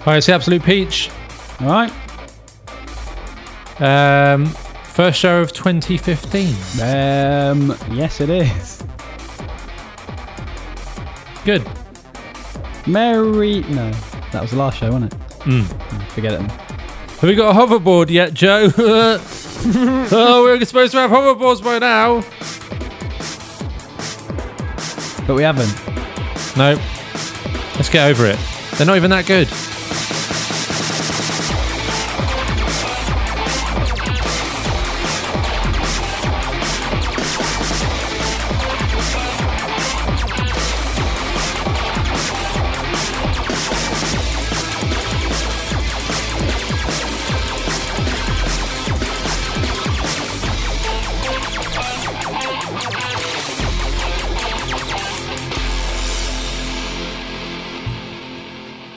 All right, it's the Absolute Peach. All right. Um, first show of 2015. Um, yes, it is. Good. Merry. No, that was the last show, wasn't it? Hmm. Hmm, Forget it. Have we got a hoverboard yet, Joe? oh, we're supposed to have hoverboards by now. But we haven't. Nope. Let's get over it. They're not even that good.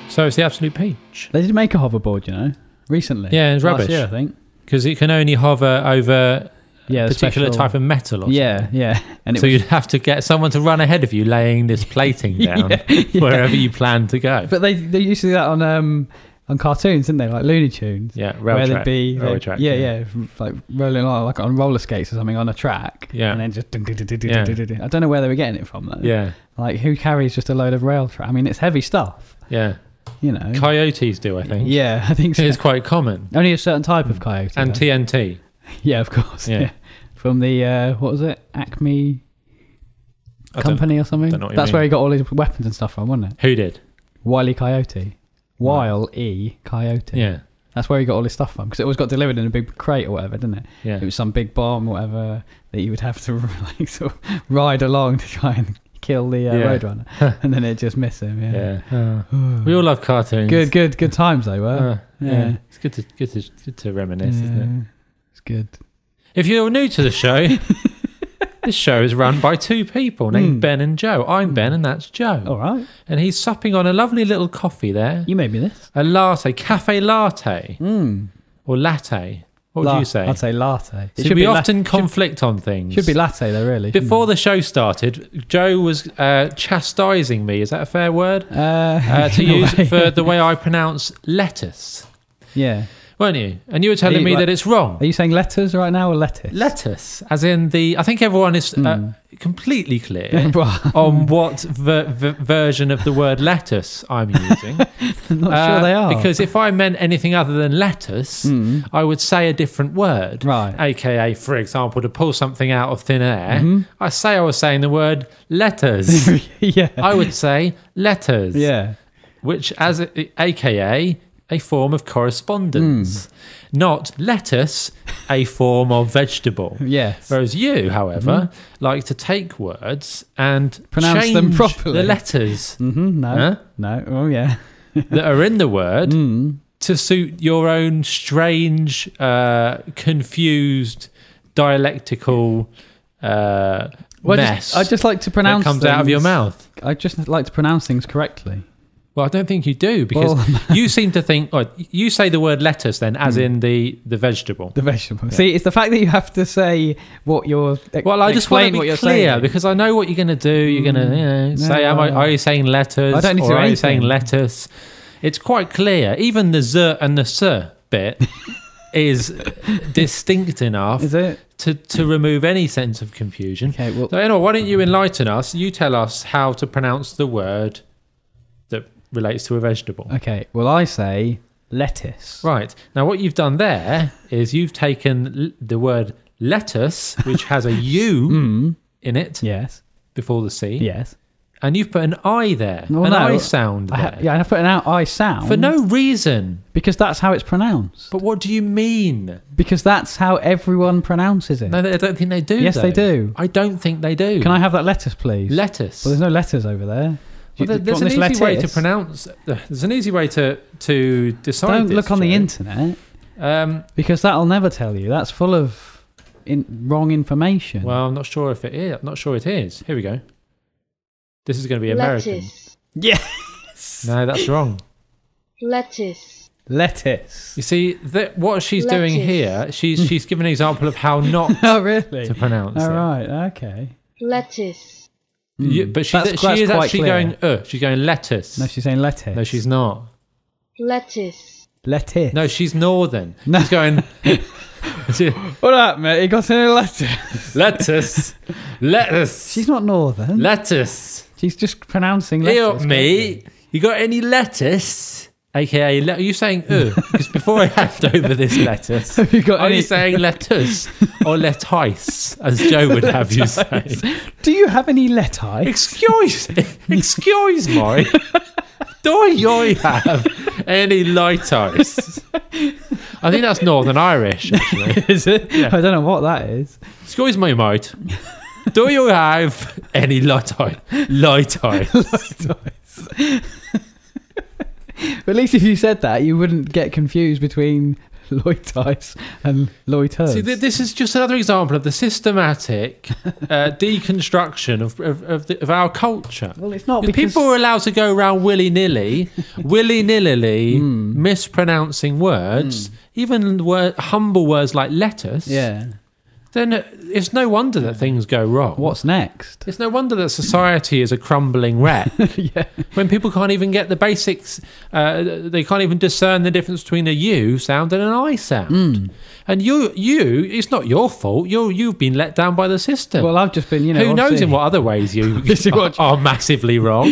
So it's the absolute peach They did make a hoverboard, you know, recently. Yeah, it's Last rubbish. year, I think. because it can only hover over Yeah, a the particular special- type of metal. Or Yeah, yeah, and it So was, you'd have to get someone to run ahead of you, laying this plating down yeah. wherever you plan to go. but they they used to do that on um on cartoons, didn't they? Like Looney Tunes. yeah, rail where track, they'd be, railway they'd- track, yeah, yeah, f- like rolling along, like on roller skates or something on a track, Yeah. and then just. dun- dun- dun- dun- dun- Yeah. dun- dun- dun. I don't know where they were getting it from though. yeah, like who carries just a load of rail track? I mean, it's heavy stuff, yeah. you know. Coyotes do, I think. yeah, I think so. it is quite common. Only a certain type of coyote. And though. TNT. yeah, of course. Mm. Yeah. Yeah. from the uh, what was it, Acme I don't- Company or something. don't know what you That's where mean. he got all his weapons and stuff from, wasn't it? Who did? Wiley Coyote. Wile E Coyote. Yeah, That's where he got all his stuff from because it always got delivered in a big crate or whatever, didn't it? yeah. It was some big bomb or whatever that you would have to like sort of ride along to try and kill the uh, Yeah. roadrunner, and then it just miss him. Yeah. yeah. Uh, we all love cartoons. Good, good, good times they were. Uh, yeah. yeah. it's good to good to good to reminisce, isn't it? Yeah. It's good. If you're new to the show, this show is run by two people named Hmm. Oh. Ben and Joe. I'm Ben, and that's Joe, All right, and he's supping on a lovely little coffee there, you made me this. a latte, cafe latte Mm. or latte. What would La- you say? I'd say latte. So we often conflict on things. should, should be Hmm. latte though, really. shouldn't Before the show started, Joe was uh, chastising me. Is that a fair word? it? uh, Uh, to in a use way. for the way I pronounce lettuce, yeah. weren't you? And you were telling you, me like- that it's wrong. Are you saying letters right now or lettuce? Lettuce, as in the. I think everyone is Hmm. uh, completely clear Well, on what ver- ver- version of the word lettuce I'm using. I'm not Uh, sure they are. Hmm. Because if I meant anything other than lettuce, I would say a different word. Right. AKA, for example, to pull something out of thin air, Mm-hmm. I say I was saying the word letters. yeah. I would say letters, yeah. which as a, AKA a form of correspondence, Hmm. not lettuce, a form of vegetable. Yes. Whereas you, however, like to take words and Hmm. Pronounce them change properly. The letters Mm-hmm, no. Hmm. Huh? No. Oh yeah. Mm. that are in the word to suit your own strange, uh, confused, dialectical uh, Well, I mess just, I just like to that pronounce comes out of your things- mouth. I just like to pronounce things correctly. Well, I don't think you do because you seem to think oh, you say the word lettuce then as Hmm. in the the vegetable. The vegetable. See, it's the fact that you have to say what you're. ex- Well, I just want to explain be what you're clear saying. Hmm. because I know what you're going to do. You're going to you know, say, No. "Am I? Are you saying lettuce? I don't need to or do are you saying anything. lettuce?" It's quite clear. Even the z and the sir bit is distinct enough Is it? to to remove any sense of confusion. Okay. Well, So, anyway, why don't you enlighten us? You tell us how to pronounce the word that relates to a vegetable. Okay, well, I say lettuce. Right. Now, what you've done there is you've taken l- the word lettuce, which has a U Mm. in it Yes. before the C, Yes. and you've put an I there, Well, an Oh, no, I sound I there. ha- yeah, and I put an out I sound For no reason. because that's how it's pronounced. But what do you mean? Because that's how everyone pronounces it. No, they- I don't think they do. Yes, they though. do. I don't think they do. Can I have that lettuce, please? Lettuce. well, there's no letters over there. Do Well, you- there- do you there's want an this easy way to lettuce? pronounce. uh, There's an easy way to to decide. Don't this, look on the Joe. internet Um, because that'll never tell you. That's full of in- wrong information. well, I'm not sure if it is. I'm not sure it is. Here we go. This is going to be American. Lettuce. yes. No, that's wrong. Lettuce. Lettuce. You see, that what she's doing Lettuce. here, Hmm. she's she's given an example of how not oh, really? to pronounce All it. right. Okay. Lettuce. You- but she, That's- she Hmm. that's is quite actually clear. going, uh, she's going lettuce. No, she's saying lettuce. No, she's not. lettuce, Lettuce. No, she's northern. No. She's going All right, mate. You got any lettuce? lettuce, lettuce, She's not northern. lettuce. She's just pronouncing Hey lettuce. up, mate. You got any lettuce? AKA, le- are you saying ooh? Because before I hand over this lettuce, Have you got are any? you saying lettuce or lettuce, as Joe would have you say? Do you have any lettuce? Excuse, excuse me. Do you have any lettuce? I think that's Northern Irish, actually. Is it? Yeah. I don't know what that is. Excuse me, mate. Do you have any lettuce? Lettuce. But at least if you said that, you wouldn't get confused between Loitice and Loiters. See, th- this is just another example of the systematic uh, deconstruction of of, of, the, of our culture. well, it's not If because People are allowed to go around willy nilly, willy nilly, Hmm. mispronouncing words, even word, humble words like lettuce. Yeah. Then it's no wonder that things go wrong. What's next? It's no wonder that society is a crumbling wreck yeah. when people can't even get the basics. Uh, they can't even discern the difference between a U sound and an I sound. Hmm. And you, you, it's not your fault. You, you've been let down by the system. Well, I've just been, you know. Who knows obviously- in what other ways you This is are, what- Hmm. are massively wrong?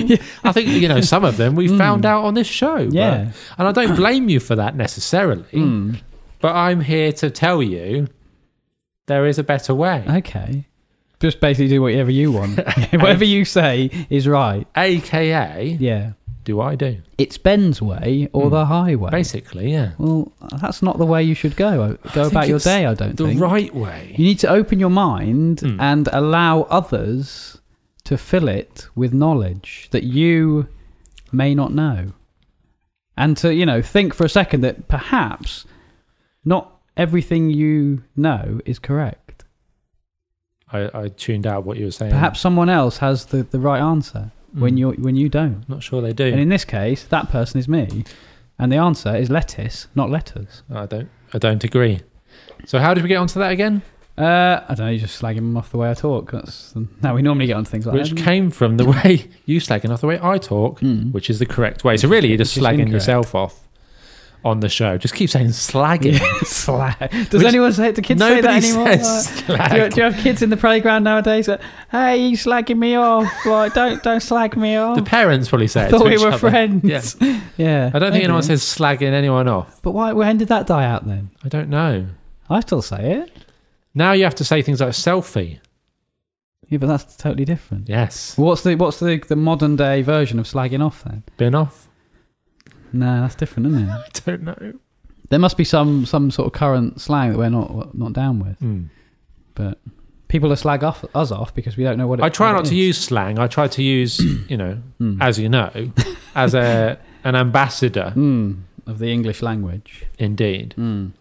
I think you know some of them we found out on this show. but- Yeah. Hmm. and I don't blame you for that necessarily, but I'm here to tell you there is a better way. Okay. Just basically do whatever you want. whatever you say is right. AKA, Yeah. do I do? It's Ben's way or the highway. Basically, yeah. Well, that's not the way you should go. Go think about your it's day, I don't The think. right way. You need to open your mind and allow others to fill it with knowledge that you may not know. And to, you know, think for a second that perhaps not everything you know is correct. I, I tuned out what you were saying. Perhaps someone else has the, the right answer when you when you don't. I'm not sure they do. And in this case, that person is me. And the answer is lettuce, not letters. I don't. I don't agree. So how did we get onto that again? Uh, I don't know, you're just slagging them off the way I talk. That's how we normally get on things like um, which that. came from the way you slagging off the way I talk, hmm. which is the correct way. So really, you're just Which is slagging incorrect. yourself off on the show. Just keep saying slagging. Slag. Does Which- anyone say do kids say that Nobody anymore? says Like, slag. do, you, do you have kids in the playground nowadays? That, hey, you slagging me off? Like, don't don't slag me off. the parents probably say. I it thought to we each were other. friends. Yeah. yeah. I don't think Maybe. anyone says slagging anyone off. But why? When did that die out then? I don't know. I still say it. Now you have to say things like selfie. Yeah, but that's totally different. Yes, What's the what's the, the modern day version of slagging off then? been off. No, that's different, isn't it? I don't know. There must be some some sort of current slang that we're not not down with. Hmm. But people are slag off us off because we don't know what. It, I try what not it to is. use slang. I try to use, you know, Mm. as you know, as a an ambassador. Mm, of the English language. Indeed. Mm.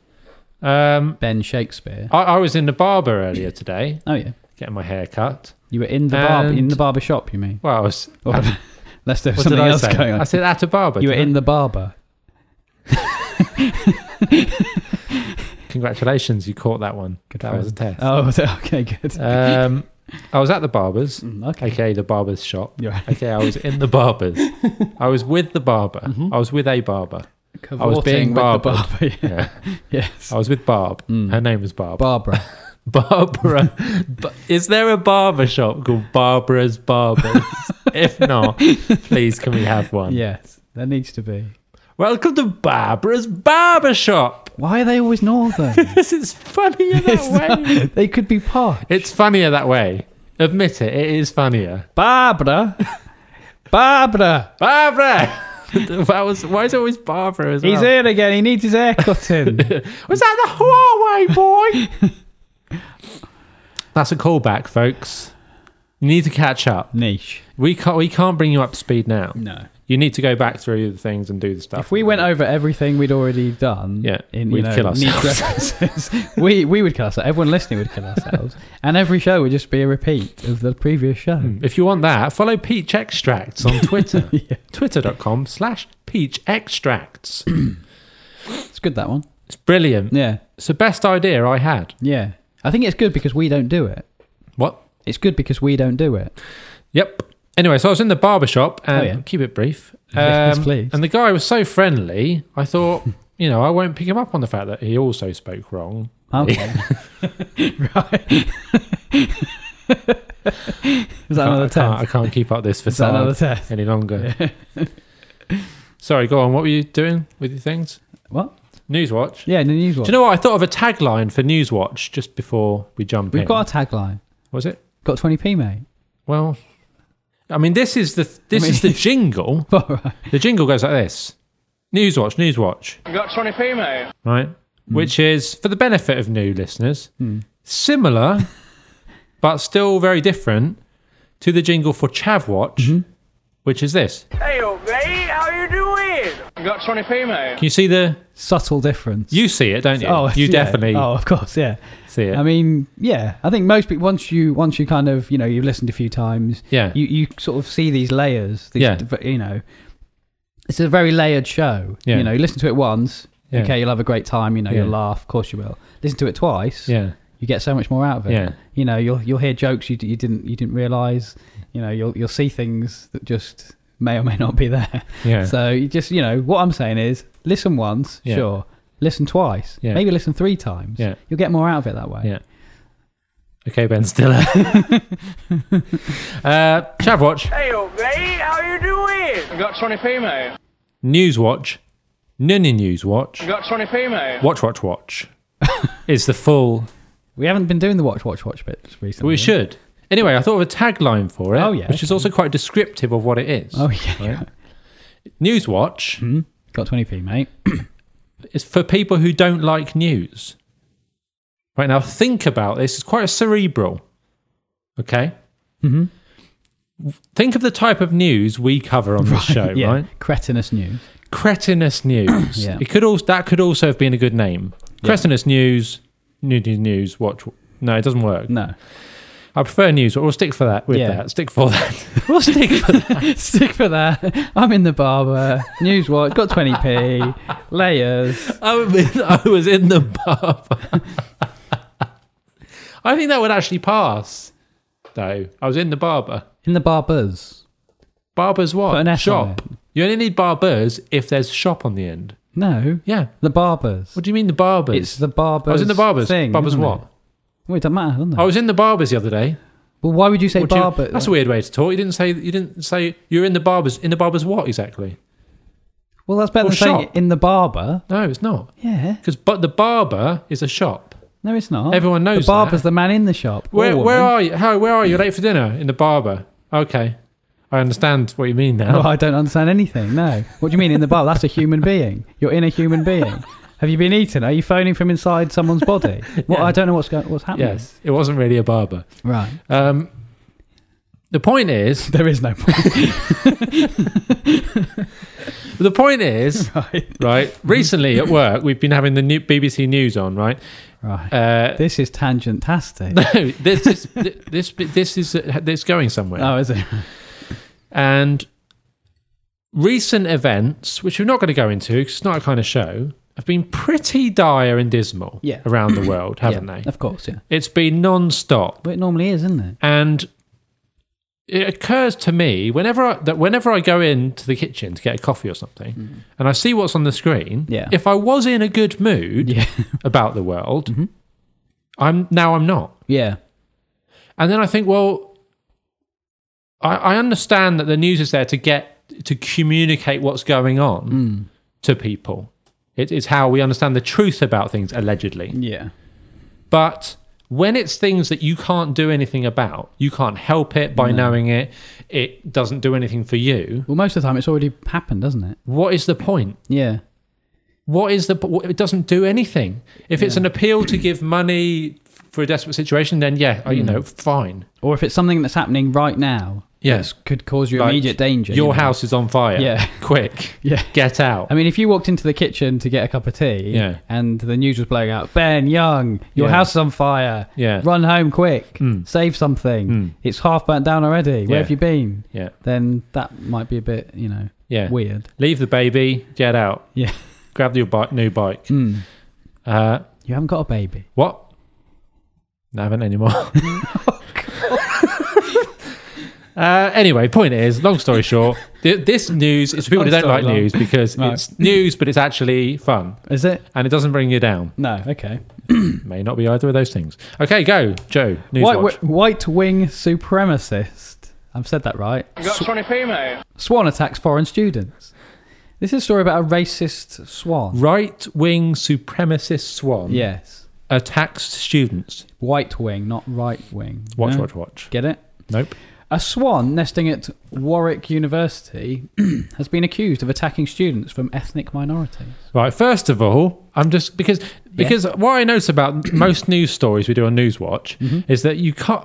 Um, Ben Shakespeare. I, I was in the barber earlier today. Oh yeah, getting my hair cut. you were in the barb And- in the barber shop. You mean? Well, I was. Or, at- unless there was what Oh, something did I else say? going on. I said at a barber. you were didn't in the barber. I? Congratulations, you caught that one. Good that Oh. friend. was a test. Oh, was it? okay, good. Um, I was at the barber's, Mm, okay. aka the barber's shop. You're Okay, I was in the barber's. I was with the barber. Mm-hmm. I was with a barber. cavorting I was being with the barbered. barber. yeah. Yeah. yes, I was with Barb. Mm. Her name was Barb. Barbara. Barbara. Ba- Is there a barber shop called Barbara's Barbers? if not, please can we have one? yes, there needs to be. Welcome to Barbara's Barber Shop. Why are they always northern? This is funnier that It's way. not- they could be part. It's funnier that way. Admit it, it is funnier. Barbara. Barbara. Barbara! that was, why is it always Barbara as He's well? here again. He needs his hair cut in. Was that the Huawei boy? That's a callback, folks. You need to catch up. Niche. We can't, we can't bring you up to speed now. No. You need to go back through the things and do the stuff. If we went over everything we'd already done, Yeah, in, you we'd know, kill ourselves. neat references, we we would kill ourselves. Everyone listening would kill ourselves, and every show would just be a repeat of the previous show. If you want that, follow Peach Extracts on Twitter. Twitter.com slash Peach Extracts. It's good that one. it's brilliant. Yeah, It's the best idea I had. yeah. I think it's good because we don't do it. What? It's good because we don't do it. Yep. Anyway, so I was in the barber shop and Oh, yeah. keep it brief. Yes, Um, please. And the guy was so friendly, I thought, you know, I won't pick him up on the fact that he also spoke wrong. Okay. right. Is I that another can't, I test? can't keep up this Is that another facade test? any longer. Sorry, go on. What were you doing with your things? What? Newswatch. Yeah, the news Do one. you know what? I thought of a tagline for Newswatch just before we jump We've in. got a tagline. Was it? Got 20p, mate. Well, I mean, this is the this mean- is the jingle. All right. The jingle goes like this: Newswatch, Newswatch, Got 20p, mate. right? Which is for the benefit of new listeners, similar, but still very different to the jingle for Chavwatch, which is this. Hey, old mate, how you doing? Got 20p, mate. Can you see the? Subtle difference. You see it, don't you? Oh, you yeah. definitely Oh, of course, yeah. see it. I mean, yeah. I think most people once you once you kind of you know you've listened a few times, Yeah. You you sort of see these layers. These, Yeah. div- You know, it's a very layered show. Yeah. You know, you listen to it once, Yeah. okay, you'll have a great time. You know, Yeah. you'll laugh, of course you will. Listen to it twice, yeah, you get so much more out of it. Yeah. You know, you'll you'll hear jokes you d- you didn't you didn't realize. You know, you'll you'll see things that just may or may not be there. yeah, So you just you know what I'm saying is listen once, Yeah. sure. Listen twice, Yeah. maybe listen three times. Yeah. You'll get more out of it that way. yeah. Okay, Ben Stiller. uh, Chavwatch, Hey, old mate, how you doing? Got 20p, mate. Newswatch, Nunny Newswatch, Got 20p, mate. Watch Watch Watch is the full We haven't been doing the watch, watch, watch bits recently. We should. Anyway, I thought of a tagline for it, Oh, yeah, which is okay. also quite descriptive of what it is. Oh Hmm. yeah, Newswatch got twenty p, mate. is for people who don't like news. Right now, think about this. It's quite cerebral. Okay. Mm-hmm. Think of the type of news we cover on the show, yeah, right? cretinous news. Cretinous news. Yeah. It could also that could also have been a good name. Cretinous news, new news, news. Watch. No, it doesn't work. No, I prefer news. But we'll stick for that. With Yeah. that, stick for that. we'll stick for that. stick for that. I'm in the barber. News watch got twenty p. Layers. I was in, I was in the barber. I think that would actually pass, though. I was in the barber. In the barbers. Barber's what? Put an S on shop. You only need barbers if there's shop on the end. No, Yeah. the barbers. What do you mean the barbers? It's the barbers. I was Oh, in the barbers. Thing, barbers isn't what? It? Well, it doesn't matter, doesn't it? I was in the barbers the other day. well, why would you say What do you- barber? that's a weird way to talk. You didn't say you didn't say you're in the barbers. In the barbers what exactly? well, that's better Well, than saying shop. in the barber. No, it's not. Yeah. Because but the barber is a shop. No, it's not. Everyone knows the barber's that. the man in the shop. or Where, woman. where are you? How? Where are you? Late for dinner in the barber. Okay, I understand what you mean now. Well, Oh, I don't understand anything. No. What do you mean in the bar? That's a human being. You're in a human being. Have you been eaten? Are you phoning from inside someone's body? Well, Yeah. I don't know what's going, what's happening. Yes, it wasn't really a barber. Right. Um, the point is, There is no point. the point is, right. right? Recently at work, we've been having the new BBC News on, right? Right. Uh, this is tangent tastic. no, this is this this is this going somewhere, oh, is it? and recent events, which we're not going to go into because it's not a kind of show, have been pretty dire and dismal Yeah. around the world, haven't Yeah, they? Of course, yeah. It's been non-stop. But it normally is, isn't it? and it occurs to me whenever I, that whenever I go into the kitchen to get a coffee or something, and I see what's on the screen, Mm-hmm. Yeah. if I was in a good mood Yeah. Mm-hmm. about the world, I'm now I'm not. yeah. And then I think, well, I, I understand that the news is there to get to communicate what's going on Hmm. to people. It, it's how we understand the truth about things allegedly. Yeah. But when it's things that you can't do anything about, you can't help it by knowing it, it doesn't do anything for you. Well, most of the time it's already happened, doesn't it? What is the point? Yeah. What is the po- it doesn't do anything. If it's an appeal to give money for a desperate situation, then yeah, Hmm. you know, fine. Or if it's something that's happening right now, Yes. could cause you Like, immediate danger. Your you know? house is on fire. Yeah. Quick. Yeah. Get out. I mean, if you walked into the kitchen to get a cup of tea, Yeah. and the news was blowing out, Ben Young, your Yeah. house is on fire. Yeah. Hmm. Run home quick. Save something. It's half burnt down already. Yeah. Where have you been? yeah. Then that might be a bit, you know, Yeah. weird. Leave the baby. Get out. Yeah. Grab your bike, new bike. Hmm. Uh, You haven't got a baby. What? No, I haven't anymore. uh, anyway, point is, long story short, Th- This news is for people who I'm don't Oh, sorry, like Lon. news because No. it's news, but it's actually fun Is it? and it doesn't bring you down. No. Okay. May not be either of those things. Okay, go, Joe. News White, watch. wi- white wing supremacist. I've said that right. I got 20p, mate. Swan attacks foreign students. This is a story about a racist swan. Right wing supremacist swan Yes. attacks students. White wing, not right wing. Watch, No? watch, watch. Get it? Nope. A swan nesting at Warwick University has been accused of attacking students from ethnic minorities. Right. First of all, I'm just because because what I notice about most news stories we do on Newswatch is that you can't.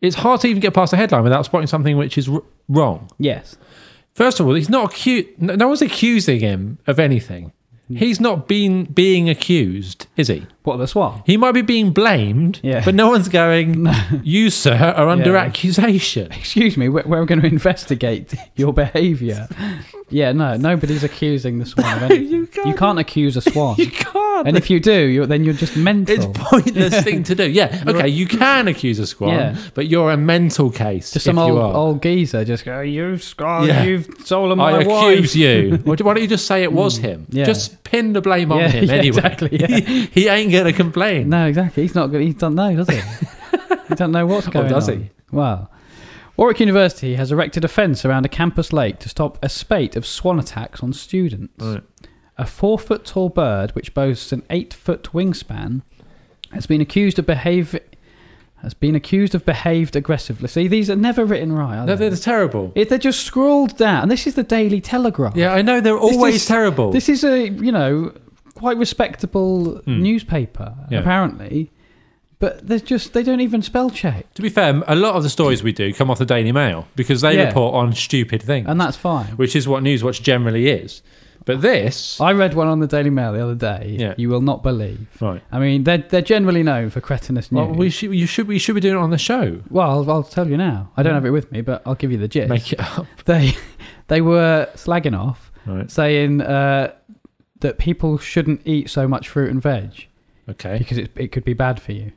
It's hard to even get past the headline without spotting something which is r- wrong. Yes. First of all, he's not accused. No no one's accusing him of anything. He's not been being accused, is he? What the swan? He might be being blamed, Yeah. but no one's going. You, sir, are under Yeah. accusation. Excuse me, we're, we're going to investigate your behaviour. Yeah, no, nobody's accusing the swan of anything. you, can't accuse a swan. You can't. and if you do, you're, then you're just mental. It's pointless thing to do. Yeah. Okay, you can accuse a squad, Yeah. but you're a mental case. Just some if you old are. old geezer just go, you scar, Yeah. you've stolen my I wife. Mm, accuse you. Why don't you just say it was him? yeah. Just pin the blame Yeah, on him yeah, anyway. exactly, yeah. he, he ain't gonna complain. No, exactly. He's not good. He doesn't know, does he? he doesn't know what's going Oh, does on. he? Well, Warwick University has erected a fence around a campus lake to stop a spate of swan attacks on students. Right. A four foot tall bird, which boasts an eight foot wingspan, has been accused of behave has been accused of behaved aggressively. See, these are never written right. Are No, they? they're terrible. It- they're just scrawled down. And this is the Daily Telegraph. yeah, I know they're This always is- terrible. This is a you know quite respectable newspaper Hmm. Yeah. apparently, but they're just they don't even spell check, to be fair, a lot of the stories we do come off the Daily Mail because they Yeah. report on stupid things, and that's fine. which is what Newswatch generally is. But this, I read one on the Daily Mail the other day. Yeah. You will not believe. right? I mean, they're they're generally known for cretinous news. Well, we should, you should, we should be doing it on the show. Well, I'll, I'll tell you now. I don't have it with me, but I'll give you the gist. Hmm. Make it up, They they were slagging off, right? saying uh, that people shouldn't eat so much fruit and veg Okay. because it, it could be bad for you.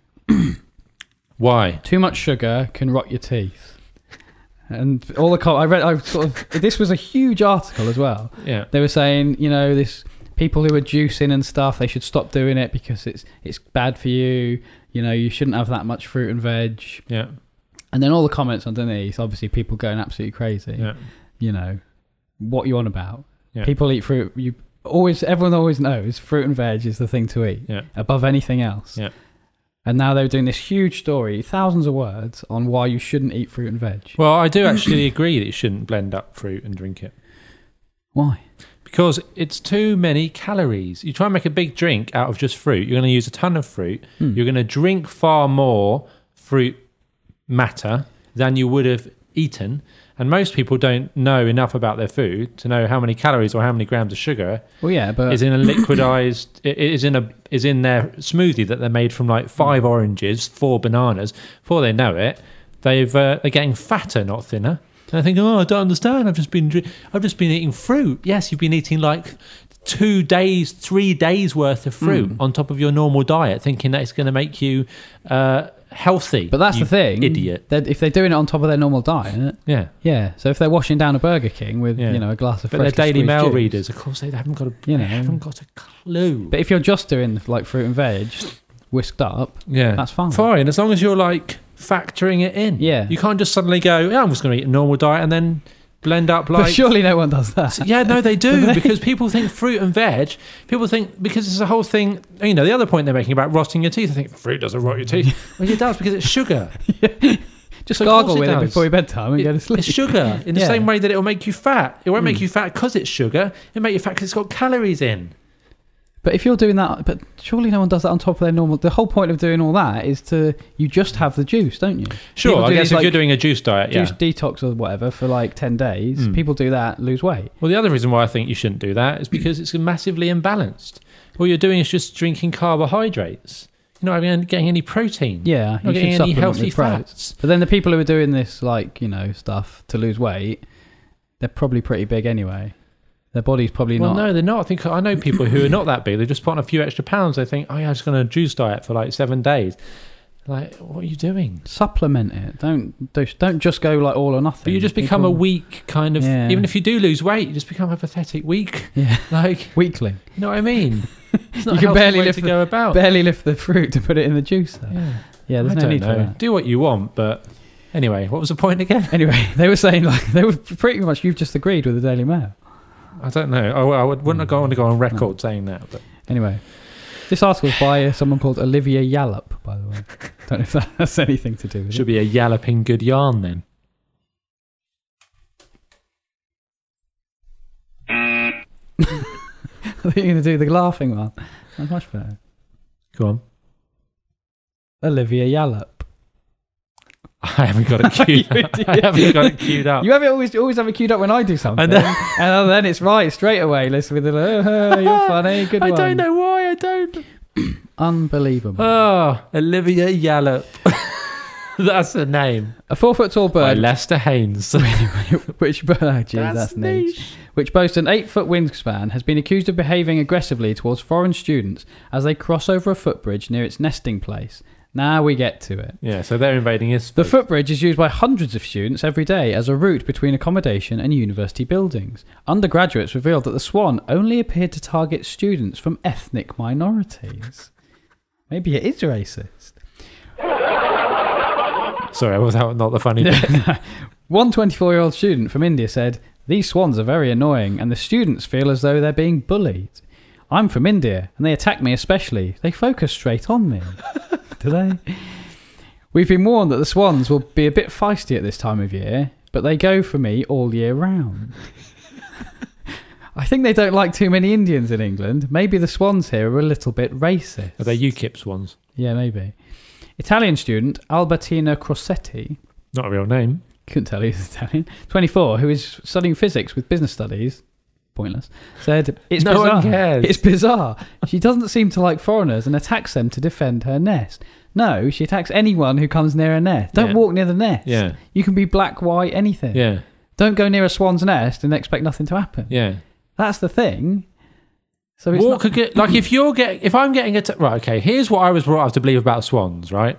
Why? Too much sugar can rot your teeth. And all the com- I read, I sort of this was a huge article as well. Yeah. They were saying, you know, this people who are juicing and stuff, they should stop doing it because it's it's bad for you. You know, you shouldn't have that much fruit and veg. Yeah. And then all the comments underneath, obviously people going absolutely crazy. Yeah. You know, what you on about? Yeah. People eat fruit. You always, everyone always knows fruit and veg is the thing to eat Yeah. above anything else. Yeah. And now they were doing this huge story, thousands of words, on why you shouldn't eat fruit and veg. Well, I do actually agree that you shouldn't blend up fruit and drink it Why? because it's too many calories. You try and make a big drink out of just fruit, you're going to use a ton of fruit. You're going to drink far more fruit matter than you would have eaten. And most people don't know enough about their food to know how many calories or how many grams of sugar Well, yeah, but is in a liquidized i- is in a is in their smoothie that they're made from like five Mm. oranges, four bananas. Before they know it, they've uh, they're getting fatter, not thinner. And I think, oh, I don't understand. I've just been dri- I've just been eating fruit. Yes, you've been eating like two days, three days worth of fruit Mm. on top of your normal diet, thinking that it's going to make you uh, healthy. but that's you the thing, idiot. That if they're doing it on top of their normal diet, Yeah. yeah. So if they're washing down a Burger King with Yeah. you know a glass of But they're freshly Daily squeezed Mail juice- readers. Of course, they haven't got a You know. they haven't got a clue. But if you're just doing like fruit and veg, whisked up, Yeah. That's fine. Fine, as long as you're like factoring it in. Yeah. You can't just suddenly go, yeah, I'm just going to eat a normal diet and then blend up but like. surely no one does that. Yeah, no, they do, Do they? because people think fruit and veg. People think because it's a whole thing. You know, the other point they're making about rotting your teeth. I think fruit doesn't rot your teeth. Well, it does because it's sugar. just of course gargle it with it, does. before your bedtime and go to It- sleep. it's sugar in the Yeah. Hmm. same way that it will make you fat. It won't make you fat because it's sugar. It will make you fat because it's got calories in. But if you're doing that, but surely no one does that on top of their normal. The whole point of doing all that is to you just have the juice, don't you? Sure, People I do guess these, if like, you're doing a juice diet, yeah. Hmm. juice detox or whatever for like ten days. People do that, lose weight. Well, the other reason why I think you shouldn't do that is because it's massively imbalanced. All you're doing is just drinking carbohydrates. You're not having- getting any protein. Yeah, You're not getting any healthy fats. But then the people who are doing this, like you know, stuff to lose weight, they're probably pretty big anyway. Their body's probably well, not. no, they're not. I think I know people who are not that big. They just put on a few extra pounds. They think, oh yeah, I'm just going to juice diet for like seven days. Like, what are you doing? Supplement it. Don't don't don't just go like all or nothing. But you just become a People- weak kind of. Yeah. Even if you do lose weight, you just become a pathetic weak. Yeah. Like, weakling. you know what I mean? It's not You a can healthy barely way lift to the- go about. Barely lift the fruit to put it in the juicer. Yeah, Oh. yeah. there's I no don't need for know. that. Do what you want, but anyway, what was the point again? Anyway, they were saying like they were pretty much you've just agreed with the Daily Mail. I don't know. Oh, I, I would, wouldn't go on to go on record saying that. But Anyway, this article is by someone called Olivia Yallop, by the way. Don't know if that has anything to do with should it. be a yalloping good yarn then. I think you're going to do the laughing one. That's much better. Go on. Olivia Yallop. I haven't got it queued. You up. I haven't got it queued up. You have it always you always have it queued up when I do something, I know. and then it's right straight away. Listen with the "Oh, you're funny, good I one. don't know why. I don't. Unbelievable. Oh, Olivia Yallop. That's her name. a four foot tall By bird, Lester Haynes. which bird? Oh, geez, that's, neat. which boasts an eight foot wingspan, has been accused of behaving aggressively towards foreign students as they cross over a footbridge near its nesting place. Now we get to it. Yeah, so they're invading his The space. footbridge is used by hundreds of students every day as a route between accommodation and university buildings. Undergraduates revealed that the swan only appeared to target students from ethnic minorities. Maybe it is racist. Sorry, I was out, not the funny bit. One 24 year old student from India said, These swans are very annoying, and the students feel as though they're being bullied. I'm from India, and they attack me especially. They focus straight on me. Do they? We've been warned that the swans will be a bit feisty at this time of year, but they go for me all year round. I think they don't like too many Indians in England. Maybe the swans here are a little bit racist. Are they UKIP's ones? Yeah, maybe. Italian student Albertina Crossetti Not a real name. couldn't tell he was Italian. 24, who is studying physics with business studies, pointless, said, It's No bizarre. one cares." It's bizarre. She doesn't seem to like foreigners and attacks them to defend her nest. No, she attacks anyone who comes near her nest. Don't Yeah. walk near the nest. Yeah. You can be black, white, anything. Yeah, Don't go near a swan's nest and expect nothing to happen. yeah. That's the thing. So it's Walk not- aga like if you're getting if I'm getting a t- right. Okay, here's what I was brought up to believe about swans. Right,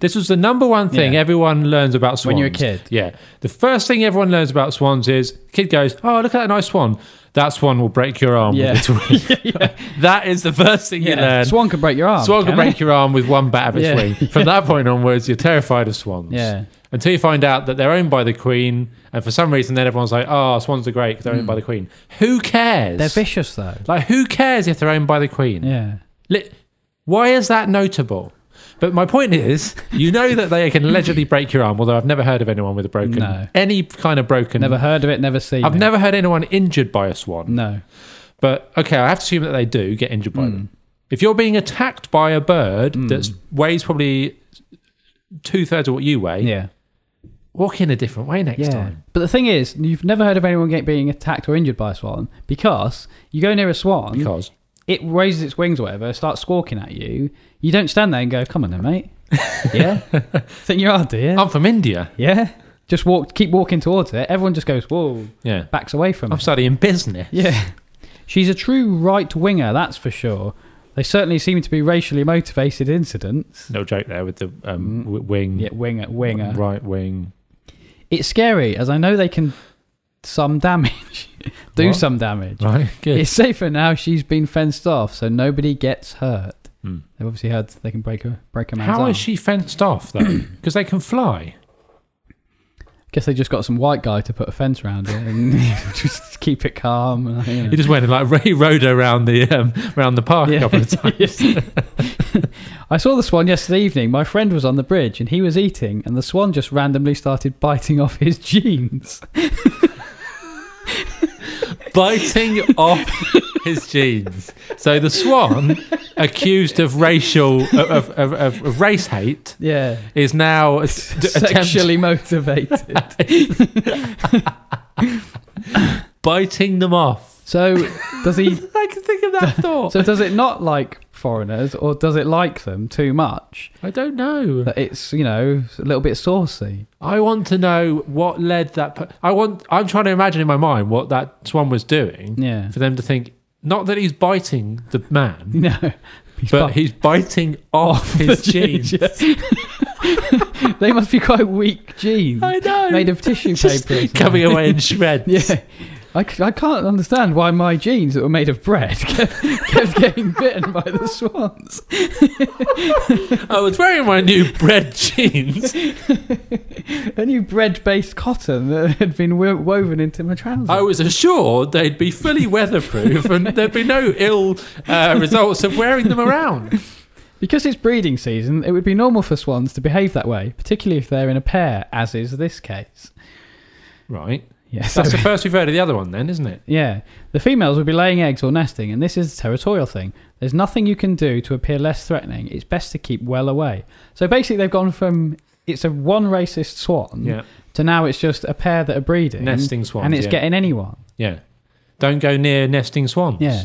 this was the number one thing Yeah. everyone learns about swans When you're a kid. Yeah, the first thing everyone learns about swans is kid goes, oh look at that nice swan. That swan will break your arm Yeah. with its wing. That is the first thing you learn. Swan could break your arm. Swan can can it? break your arm with one bat of its Yeah. wing. From that point onwards, you're terrified of swans. Yeah. Until you find out that they're owned by the queen, and for some reason, then everyone's like, "Oh, swans are great 'cause they're owned by the queen." Who cares? Hmm. They're vicious, though. Like, who cares if they're owned by the queen? Yeah. Li- Why is that notable? But my point is, you know that they can allegedly break your arm. Although I've never heard of anyone with a broken, No. any kind of broken. Never heard of it, never seen Mm. I've it. never heard anyone injured by a swan. No. Hmm. But okay, I have to assume that they do get injured by them. If you're being attacked by a bird that weighs probably two thirds of what you weigh, Yeah. walk in a different way next time. But the thing is, you've never heard of anyone get, being attacked or injured by a swan because you go near a swan, Because it raises its wings or whatever, starts squawking at you. You don't stand there and go, come on then, mate. yeah? Think you are, do you? I'm from India. yeah? Just walk, keep walking towards it. Everyone just goes, whoa, Yeah. backs away from I'm it. studying business. Yeah. She's a true right winger, that's for sure. They certainly seem to be racially motivated incidents. No joke there with the um, w- wing, Hmm. Yeah, winger, winger. right wing. It's scary, as I know they can some damage, do What? some damage. Right, good. It's safer now. She's been fenced off, so nobody gets hurt. Hmm. They've obviously heard they can break a break a man's How arm. is she fenced off though? Because they can fly. Guess they just got some white guy to put a fence around it and just keep it calm. And, you know. He just went and like Ray rode her around the um, around the park a couple of times. I saw the swan yesterday evening. My friend was on the bridge and he was eating, and the swan just randomly started biting off his jeans. biting off his jeans. So the swan, accused of racial of, of, of, of race hate, Yeah, is now s- d- attempt sexually motivated. biting them off. so does he? I can think of that thought. So does it not like foreigners, or does it like them too much? I don't know. that it's you know a little bit saucy. I want to know what led that. Per- I want. I'm trying to imagine in my mind what that swan was doing Yeah. for them to think. Not that he's biting the man, No, He's but bi- he's biting off his jeans. yeah. they must be quite weak jeans. I know. Made of tissue Just paper. or something. coming away in shreds. Yeah. I, c- I can't understand why my jeans that were made of bread kept, kept getting bitten by the swans. I was wearing my new bread jeans. A new bread based cotton that had been wo- woven into my trousers. I was assured they'd be fully weatherproof and there'd be no ill uh, results of wearing them around. Because it's breeding season, it would be normal for swans to behave that way, particularly if they're in a pair, as is this case. Right. Yeah, so- That's the first we've heard of the other one, then, isn't it? yeah. The females would be laying eggs or nesting, and this is a territorial thing. There's nothing you can do to appear less threatening. It's best to keep well away. So basically, they've gone from it's a one racist swan Yeah. to now it's just a pair that are breeding. Nesting swans, And it's yeah. getting anyone. Yeah. Don't go near nesting swans. Yeah.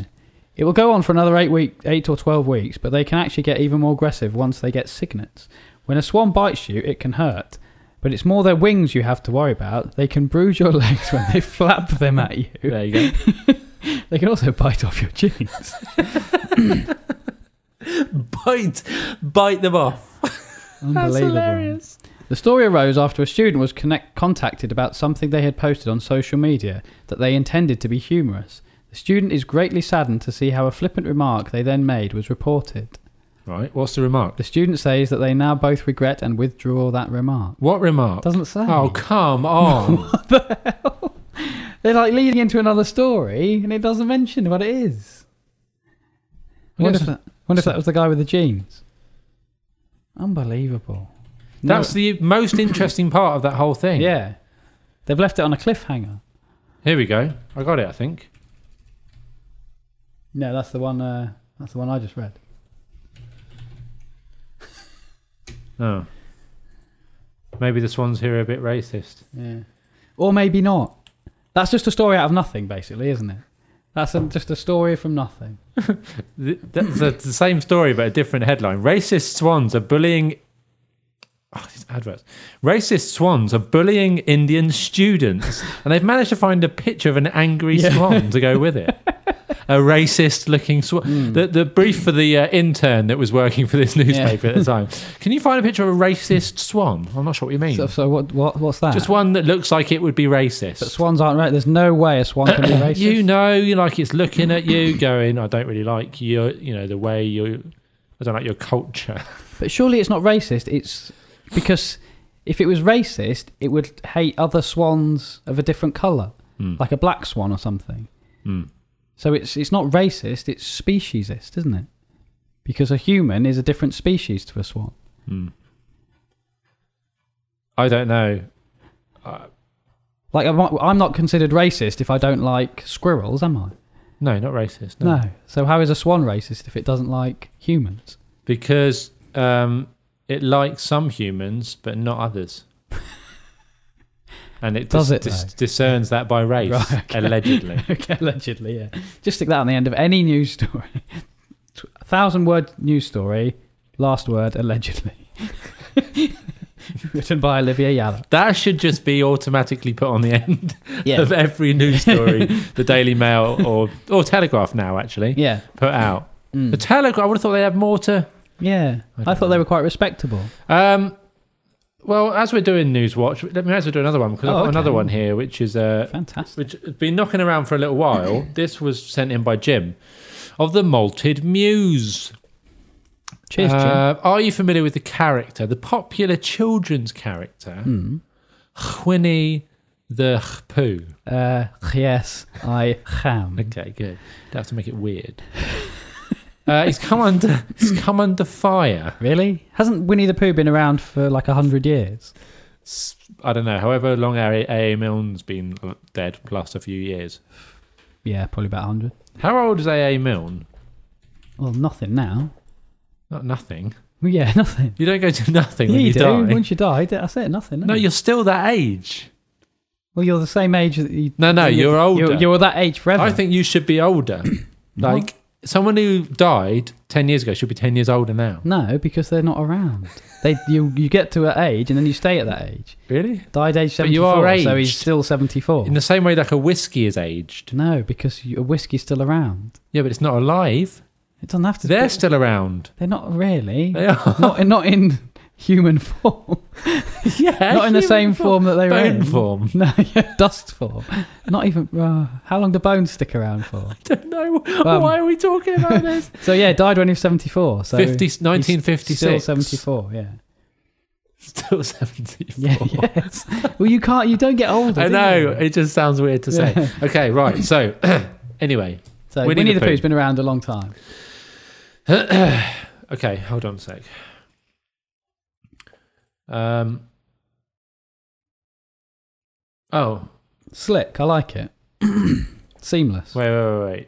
It will go on for another eight week, eight or twelve weeks, but they can actually get even more aggressive once they get signets. When a swan bites you, it can hurt, but it's more their wings you have to worry about. They can bruise your legs when they flap them at you. There you go. They can also bite off your jeans. bite, bite them off. Unbelievable. The story arose after a student was connect- contacted about something they had posted on social media that they intended to be humorous. The student is greatly saddened to see how a flippant remark they then made was reported. Right. What's the remark? The student says that they now both regret and withdraw that remark. What remark? Doesn't say. Oh, come on. They're like leading into another story and it doesn't mention what it is. I wonder, if that, wonder if that was the guy with the jeans. Unbelievable. No- That's the most interesting part of that whole thing. Yeah. They've left it on a cliffhanger. Here we go. I got it, I think. No, that's the one uh, that's the one I just read. Oh. Maybe the swans here are a bit racist. Yeah. Or maybe not. That's just a story out of nothing basically, isn't it? That's a, just a story from nothing. Th- That's the the same story, but a different headline. Racist swans are bullying. Oh, these adverts. Racist swans are bullying Indian students, and they've managed to find a picture of an angry swan to go with it. A racist-looking swan. The, the brief for the uh, intern that was working for this newspaper at the time. Can you find a picture of a racist swan? I'm not sure what you mean. So, so what what what's that? Just one that looks like it would be racist. But swans aren't right. There's no way a swan can be racist. You know, you like it's looking at you, going, "I don't really like your, you know, the way you, I don't like your culture." But surely it's not racist. It's because if it was racist, it would hate other swans of a different colour, like a black swan or something. So it's it's not racist. It's speciesist, isn't it? Because a human is a different species to a swan. I don't know. Like I'm not, I'm not considered racist if I don't like squirrels, am I? No, not racist. No, No. So how is a swan racist if it doesn't like humans? because um, it likes some humans but not others, and it Does dis- it, dis- though? discerns that by race, Right, okay. allegedly. okay, allegedly, yeah. Just stick that on the end of any news story. A thousand word news story, last word, allegedly. Written by Olivia Yala. That should just be automatically put on the end Yeah. of every news story the Daily Mail or or Telegraph now actually Yeah. put out. Mm. The Telegraph. I would have thought they have more to. Yeah. I, thought they were quite respectable. Um, well, as we're doing News Watch, let me as well do another one because I've Oh, got okay. another one here, which is uh, Fantastic. which has been knocking around for a little while. this was sent in by Jim of the Malted Muse. Cheers, Jim. Uh, are you familiar with the character, the popular children's character, Hmm. Winnie the Pooh? Uh, yes, I am. Okay, good. Don't have to make it weird. uh, he's come under. He's come under fire. Really? Hasn't Winnie the Pooh been around for like a hundred years? s- I don't know, however long A. A. Milne's been uh, dead, plus a few years. Yeah, probably about a hundred. How old is A. A. Milne? Well, nothing now. Not nothing. Well, yeah, nothing. You don't go to nothing Yeah, when you, you, do. die. Once you die, that's it. Nothing. No, eh? you're still that age. Well, you're the same age. That you, No, no, you're older. You're, you're that age forever. I think you should be older. like someone who died ten years ago should be ten years older now. No, because they're not around. They you you get to an age and then you stay at that age. Really? Died age But seventy you four, are so he's aged. still seventy four. In the same way, like a whiskey is aged. No, because you, a whiskey's still around. Yeah, but it's not alive. It doesn't have to. They're still around. They're not really. They are. Not not in human form. yeah. not in the human same form that they were Bone in. form. No, yeah, dust form. Not even. Uh, how long do bones stick around for? don't know. Um, Why are we talking about this? So yeah, died when he was seventy four. So 50, he's 1956. Still seventy four. Yeah. Still 74. Yeah. Yes. Well, you can't. You don't get older. I do know. you? It just sounds weird to say. Okay, right. So, anyway. So Winnie Winnie the the Pooh. Pooh's been around a long time. Okay, hold on a sec. Um. Oh, Slick. I like it. Seamless. wait, wait, wait, wait.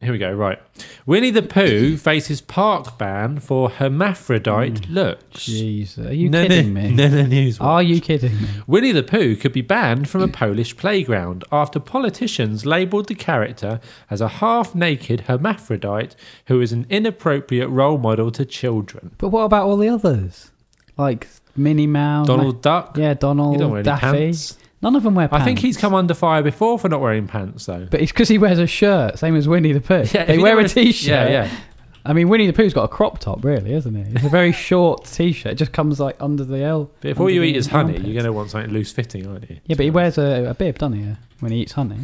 Here we go. Right. Winnie the Pooh faces park ban for hermaphrodite looks. Jeez, Mm. are you no, kidding no, me? No, no, news. Are you kidding me? Winnie the Pooh could be banned from a Polish playground after politicians labelled the character as a half naked hermaphrodite who is an inappropriate role model to children. But what about all the others? Like Minnie Mouse, Donald Duck. Oh, yeah, Donald, He don't wear any Daffy. pants. None of them wear pants. I think he's come under fire before for not wearing pants, though. But it's because he wears a shirt, same as Winnie the Pooh. Yeah, if they you wear don't a t-shirt. Yeah, yeah. I mean, Winnie the Pooh's got a crop top, really, isn't he? It's a very short t-shirt. It just comes like under the L. But if all you eat is honey, armpits. you're going to want something loose fitting, aren't you? Yeah, but he wears a, a bib, doesn't he? uh, When he eats honey.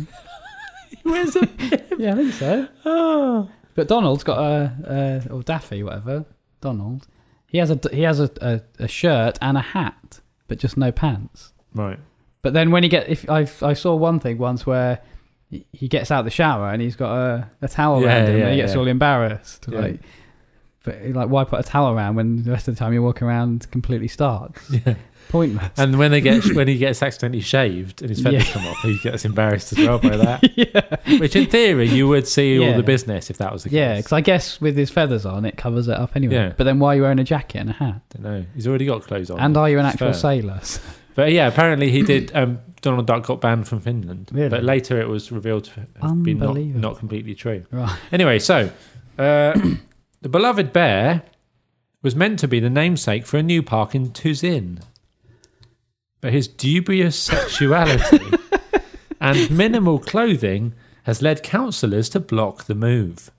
Where's the yeah, I think so. But Donald's got a, a or Daffy, whatever. Donald. He has a he has a, a, a shirt and a hat, but just no pants. right? But then when he get, if I I saw one thing once where he- he gets out of the shower and he's got a, a towel Yeah, around him yeah, and he gets yeah. all embarrassed. Yeah. Like, but like, why put a towel around when the rest of the time you're walking around completely stark? Yeah. Pointless. And when they get when he gets accidentally shaved and his feathers Yeah. come off, he gets embarrassed as well by that. yeah, Which, in theory, you would see all Yeah. the business if that was the case. yeah. Because I guess with his feathers on, it covers it up anyway. Yeah. But then why are you wearing a jacket and a hat? don't know. He's already got clothes on. And are you an actual Fair. sailor? But yeah, apparently he did. Um, Donald Duck got banned from Finland, Really? but later it was revealed to have been not, Unbelievable. not completely true. Right. Anyway, so uh, the beloved bear was meant to be the namesake for a new park in Tuzin, but his dubious sexuality and minimal clothing has led councillors to block the move.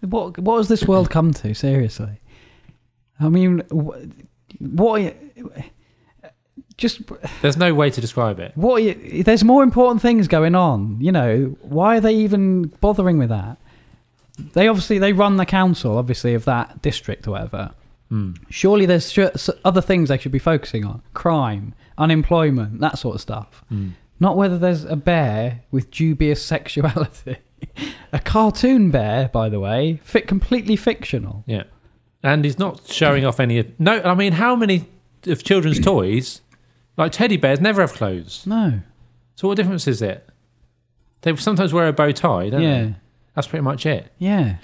What what has this world come to? Seriously, I mean, wh- what? Just There's no way to describe it. What? Are you, there's more important things going on. You know, why are they even bothering with that? They obviously they run the council, obviously of that district or whatever. Surely there's sh- s- other things they should be focusing on: crime, unemployment, that sort of stuff. Not whether there's a bear with dubious sexuality. a cartoon bear, by the way, fit completely fictional. Yeah, and he's not showing off any. of- No, I mean, how many of children's toys, like teddy bears, never have clothes? No. So what difference is it? They sometimes wear a bow tie, don't Yeah. they? That's pretty much it. Yeah.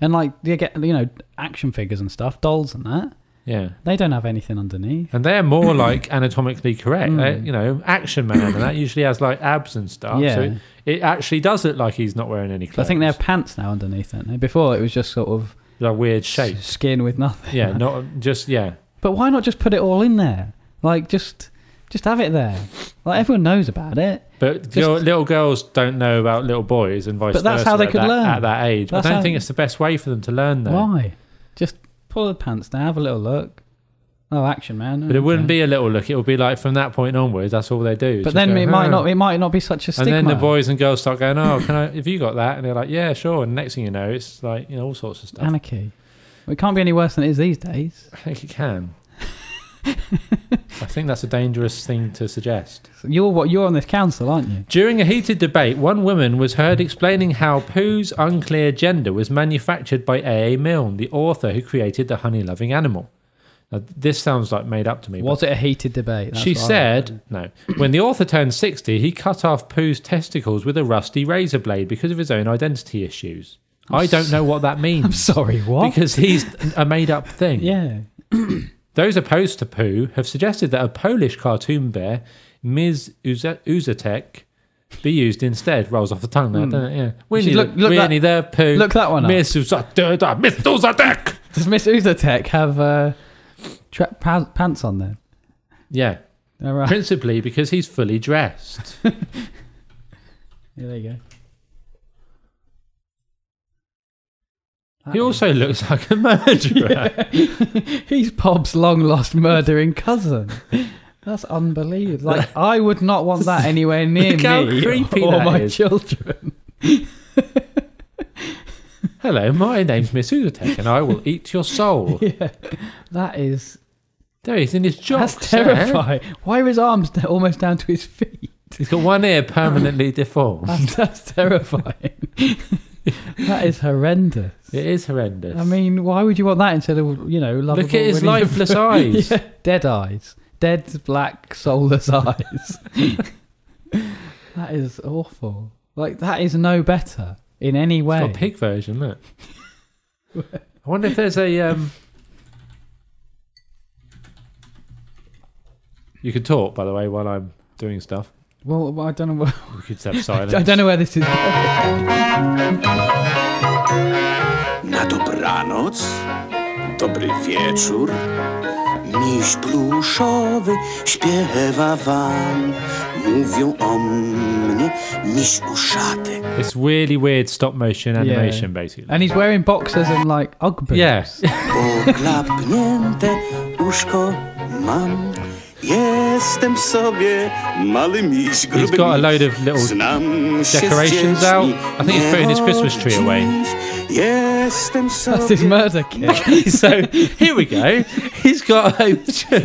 And like you get you know action figures and stuff, dolls and that. Yeah, They don't have anything underneath. and they're more like anatomically Hmm. correct. They- you know, Action Man and that usually has like abs and stuff. So Yeah. it, it actually does look like he's not wearing any I clothes. think they have pants now underneath, don't they? Before it was just sort of like weird shape. skin with nothing. Yeah, not just yeah. But why not just put it all in there? Like just just have it there. Like everyone knows about it. But Just- your little girls don't know about little boys and vice But that's versa how they at could that, learn. at that age. That's I don't how- think it's the best way for them to learn though. Why? Just pull the pants down, have a little look. Oh, action man. But it wouldn't be a little look. It would be like from that point onwards. That's all they do. is But just then go, it might "Huh." not. It might not be such a And stigma. then the boys and girls start going, "Oh, can I? Have you got that?" And they're like, "Yeah, sure." And next thing you know, it's like you know all sorts of stuff. anarchy. Well, it can't be any worse than it is these days. I think it can. I think that's a dangerous thing to suggest. So you're what you're on this council, aren't you? During a heated debate, one woman was heard explaining how Pooh's unclear gender was manufactured by A. A. Milne, the author who created the honey-loving animal. Now, this sounds like made up to me. but- Was it a heated debate? That's she what I- said, no. When the author turned 60, he cut off Pooh's testicles with a rusty razor blade because of his own identity issues. I don't know what that means. "I'm sorry, what?" Because he's a made up thing. yeah, Those opposed to Pooh have suggested that a Polish cartoon bear, Ms. Uze- Uzatek, be used instead. Rolls off the tongue there, doesn't it? Yeah. Winnie, Hmm. should look, look- look that- Winnie the Pooh. uh, look that one up. Miss Uzatek. Miss Uzatek. Does Miss Uzatec have uh, tra- pa- pants on then? Yeah. All right. Principally because he's fully dressed. Yeah, there you go. He also looks like a murderer. He's Bob's long lost murdering cousin. That's unbelievable. Like I would not want that anywhere near Look how me creepy or that my is. children. Hello, my name's Miss Uzatek, and I will eat your soul. That is There he is in his jocks. that's there. terrifying. Why are his arms da- almost down to his feet? eh? He's got one ear permanently deformed. That's, that's terrifying. that is horrendous. It is horrendous. I mean, why would you want that instead of you know? Lovable look at his Winnie the lifeless eyes. Yeah, dead eyes. Dead black soulless eyes. that is awful. Like that is no better in any It's way. got a pig version, look. I wonder if there's a. Um... You can talk, by the way, while I'm doing stuff. well, I don't know. wh- We could just have I silence. don't know where this is. Na dobranoc, dobry wieczór, miś pluszowy śpiewa wam. Mówią o mnie miś uszatek. It's really weird stop motion animation, basically. And he's wearing boxers and like Ugg boots. Yeah. Oklapnięte uszko mam. Jestem sobie mały miś, gruby He's got a miś. load of little Znam się z decorations dziećmi, out. I think he's putting his Christmas tree away. nie od dziś. Jestem sobie That's his murder kit. so here we go. He's got a He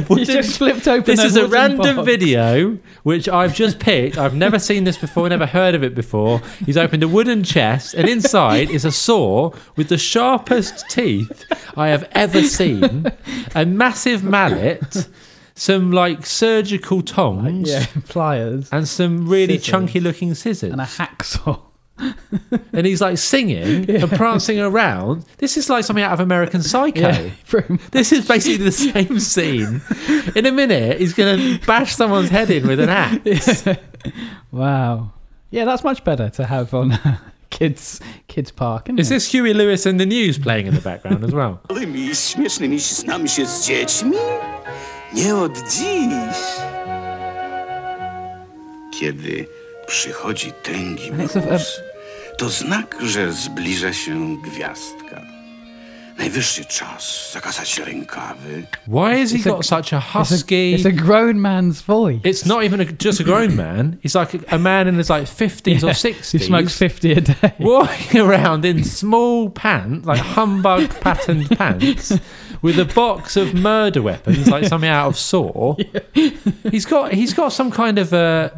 wooden- just flipped open. This a is a wooden random box. video which I've just picked. I've never seen this before, never heard of it before. He's opened a wooden chest, and inside is a saw with the sharpest teeth I have ever seen, a massive mallet, some like surgical tongs, Yeah, pliers and some really Scissors. chunky looking scissors. and a hacksaw. And he's like singing and prancing around. This is like something out of American Psycho. Yeah, from- This is basically the same scene. In a minute, he's going to bash someone's head in with an axe. wow. Yeah, that's much better to have on uh, kids kids park. Isn't Is it? this Huey Lewis and the News playing in the background as well? małymi, śmiesznymi znam się z dziećmi? Nie od dziś. Kiedy przychodzi tęgi it's a- a- mróz, to znak, że zbliża się gwiazdka. Najwyższy czas zakasać rękawy. Why has he It's a- got such a husky? It's It's, a grown man's voice. not even a, just a grown man. He's like a, a man in his like 50s or 60s. He smokes 50 a day. walking around in small pants, like humbug patterned pants, with a box of murder weapons, like something out of Saw. He's got he's got some kind of uh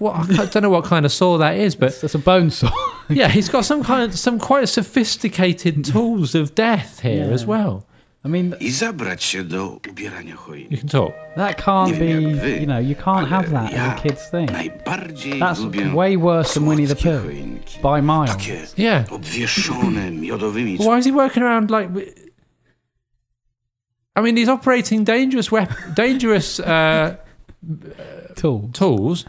what I can't- don't know what kind of saw that is, but That's a bone saw. yeah, he's got some kind of some quite sophisticated tools of death here as well. I mean, I zabrać się do ubierania choinki. You can talk. that can't be, Nie wiem jak wy, you know, you can't have that ale as a kid's thing. Najbardziej That's lubię way worse than Winnie the słodkie Pooh. choinki. By miles. Takie Yeah. obwieszone miodowymi Why is he working around like? wi- I mean, he's operating dangerous wep- dangerous uh, Tool. tools,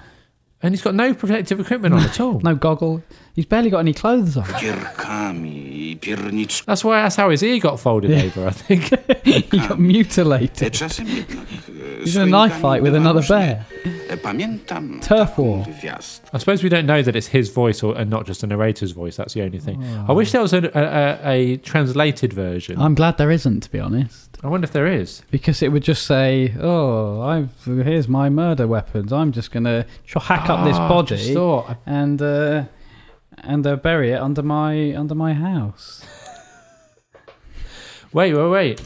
and he's got no protective equipment on at all. No goggle. He's barely got any clothes on. Kierkami i pierniczkami. That's why that's how his ear got folded over, I think. he got mutilated. Czasem jednak. e, He's z in a knife choinkami fight with bywa another różnie. bear. E, Pamiętam. Turf taką war. Gwiazd. I suppose we don't know that it's his voice or, and not just a narrator's voice. That's the only thing. I wish there was a, a, a, a translated version. I'm glad there isn't, to be honest. I wonder if there is. Because it would just say, oh, I've, here's my murder weapons. I'm just going to hack up this Ah, just body thought. and uh, and uh, bury it under my under my house. Wait, wait, wait.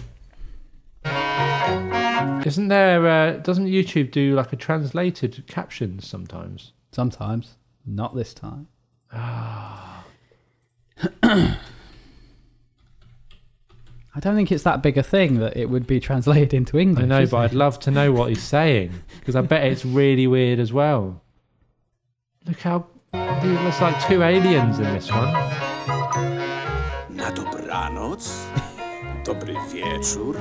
Isn't there? Uh, doesn't YouTube do like a translated captions sometimes? Sometimes. Not this time. Ah. I don't think it's that big a thing that it would be translated into English. I know, is but it? I'd love to know what he's saying because I bet it's really weird as well. Look how there's like two aliens in this one. Na dobranoc. Dobry wieczór.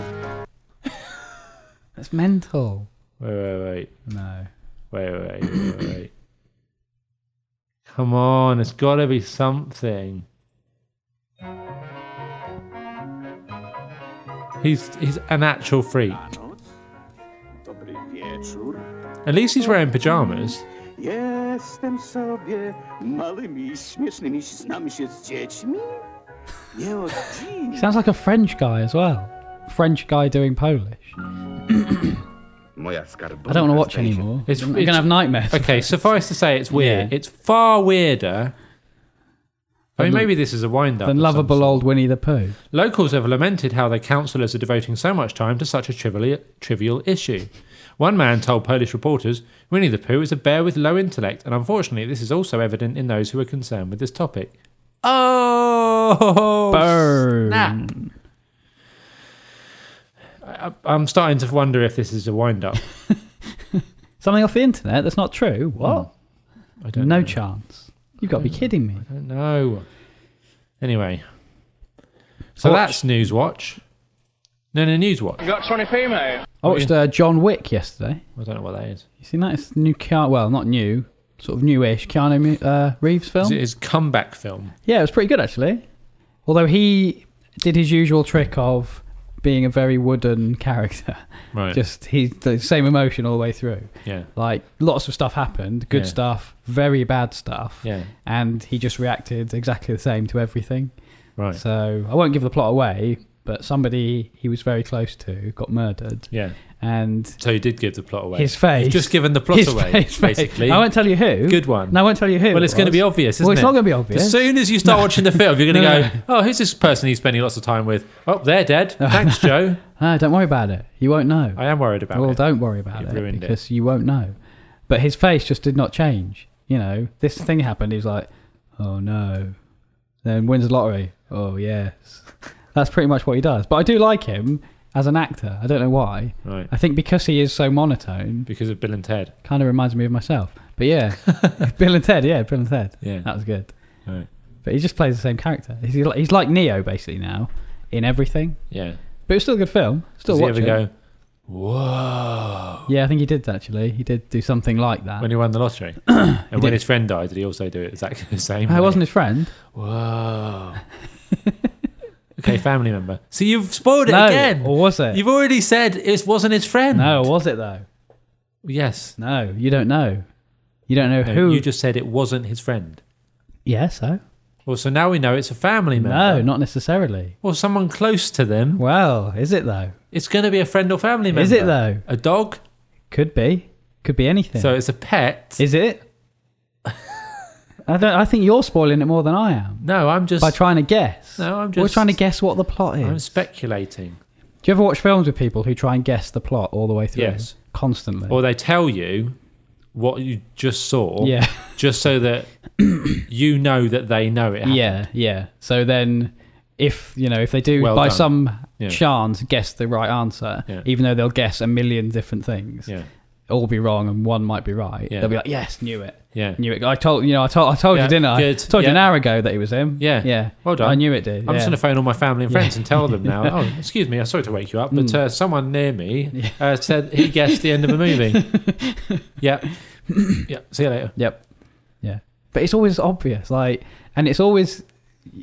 That's mental. Wait, wait, wait. No. Wait, wait, wait, wait, wait. Come on, it's got to be something. He's he's an actual freak. Noc. Dobry wieczór. At least he's wearing pajamas. Jestem sobie małymi, śmiesznymi, znamy się z dziećmi. Nie od dziś. Sounds like a French guy as well. French guy doing Polish. Moja I don't want to watch anymore. It's- I'm it's- gonna have nightmares. Okay, suffice to say, it's weird. Yeah. It's far weirder. I mean, Than- maybe this is a wind up. of Than some lovable sort. old Winnie the Pooh. Locals have lamented how their councillors are devoting so much time to such a trivial, trivial issue. One man told Polish reporters, Winnie the Pooh is a bear with low intellect, and unfortunately, this is also evident in those who are concerned with this topic. Oh! Burn. snap. I- I'm starting to wonder if this is a wind up. Something off the internet that's not true. What? Hmm. I don't No know. chance. You've got to be kidding me. I don't know. Anyway. So Watch. that's News Watch. No, no, News Watch. Got 20p, mate. I watched Oh, uh, John Wick yesterday. I don't know what that is. You seen that? It's new Keanu. Well, not new. Sort of newish Keanu uh, Reeves film. Is it his comeback film? Yeah, it was pretty good actually. Although he did his usual trick of being a very wooden character. Right. Just he's the same emotion all the way through. yeah. Like lots of stuff happened, good Yeah. stuff, very bad stuff. Yeah. And he just reacted exactly the same to everything. Right. So I won't give the plot away, but somebody he was very close to got murdered yeah. and So he did give the plot away. his face You've just given the plot his away, face- basically. I won't tell you who. Good one. No, I won't tell you who. well, it's it going to was. be obvious, isn't Well, it's it? not going to be obvious. As soon as you start watching the film, you're going to No, no, go, "Oh, who's this person he's spending lots of time with?" Oh, they're dead. Thanks, Joe. No, Ah, don't worry about it. You won't know. I am worried about well, it. don't worry about You've it ruined it. because you won't know. But his face just did not change. You know, this thing happened. He was like, "Oh no," then wins the lottery. Oh yes, that's pretty much what he does. But I do like him as an actor. I don't know why. Right. I think because he is so monotone, Because of Bill and Ted. kind of reminds me of myself. But yeah, Bill and Ted. Yeah, Bill and Ted. Yeah. that was good. Right. But he just plays the same character. He's like, he's like Neo basically now in everything. Yeah. But it's still a good film. Still Does he watch ever it. go? Whoa! Yeah, I think he did actually. He did do something like that. When he won the lottery, and when did. his friend died, did he also do it exactly the same? I Oh, wasn't his friend. Whoa. okay, family member. So you've spoiled it No, again. or was it? You've already said it wasn't his friend. No, was it though? Yes. No, you don't know. You don't know No, who. You just said it wasn't his friend. yeah, so Well, so now we know it's a family member. no, not necessarily. Or someone close to them. Well, is it though? It's going to be a friend or family member. Is it though? A dog. Could be. Could be anything. So it's a pet. is it? I don't. I think you're spoiling it more than I am no, I'm just. by trying to guess. No, I'm We're just- trying to guess what the plot is. I'm speculating. Do you ever watch films with people who try and guess the plot all the way through? Yes. Constantly. Or they tell you what you just saw. Yeah. Just so that you know that they know it. Happened. Yeah, yeah. So then, if you know, if they do Well by done. some Yeah. chance guess the right answer, Yeah. even though they'll guess a million different things, Yeah. all be wrong and one might be right. Yeah. They'll be like, "Yes, knew it, Yeah. knew it." I told you know, I told I told Yeah, you, didn't I? good, Told yeah. you an hour ago that it was him. Yeah. yeah. Well done. I knew it did. I'm yeah. just going to phone all my family and friends Yeah. Mm. and tell them now. Oh, excuse me, I'm sorry to wake you up, but uh, someone near me uh, said he guessed the end of a movie. yeah, yeah. See you later. Yep. Yeah. But it's always obvious, like, and it's always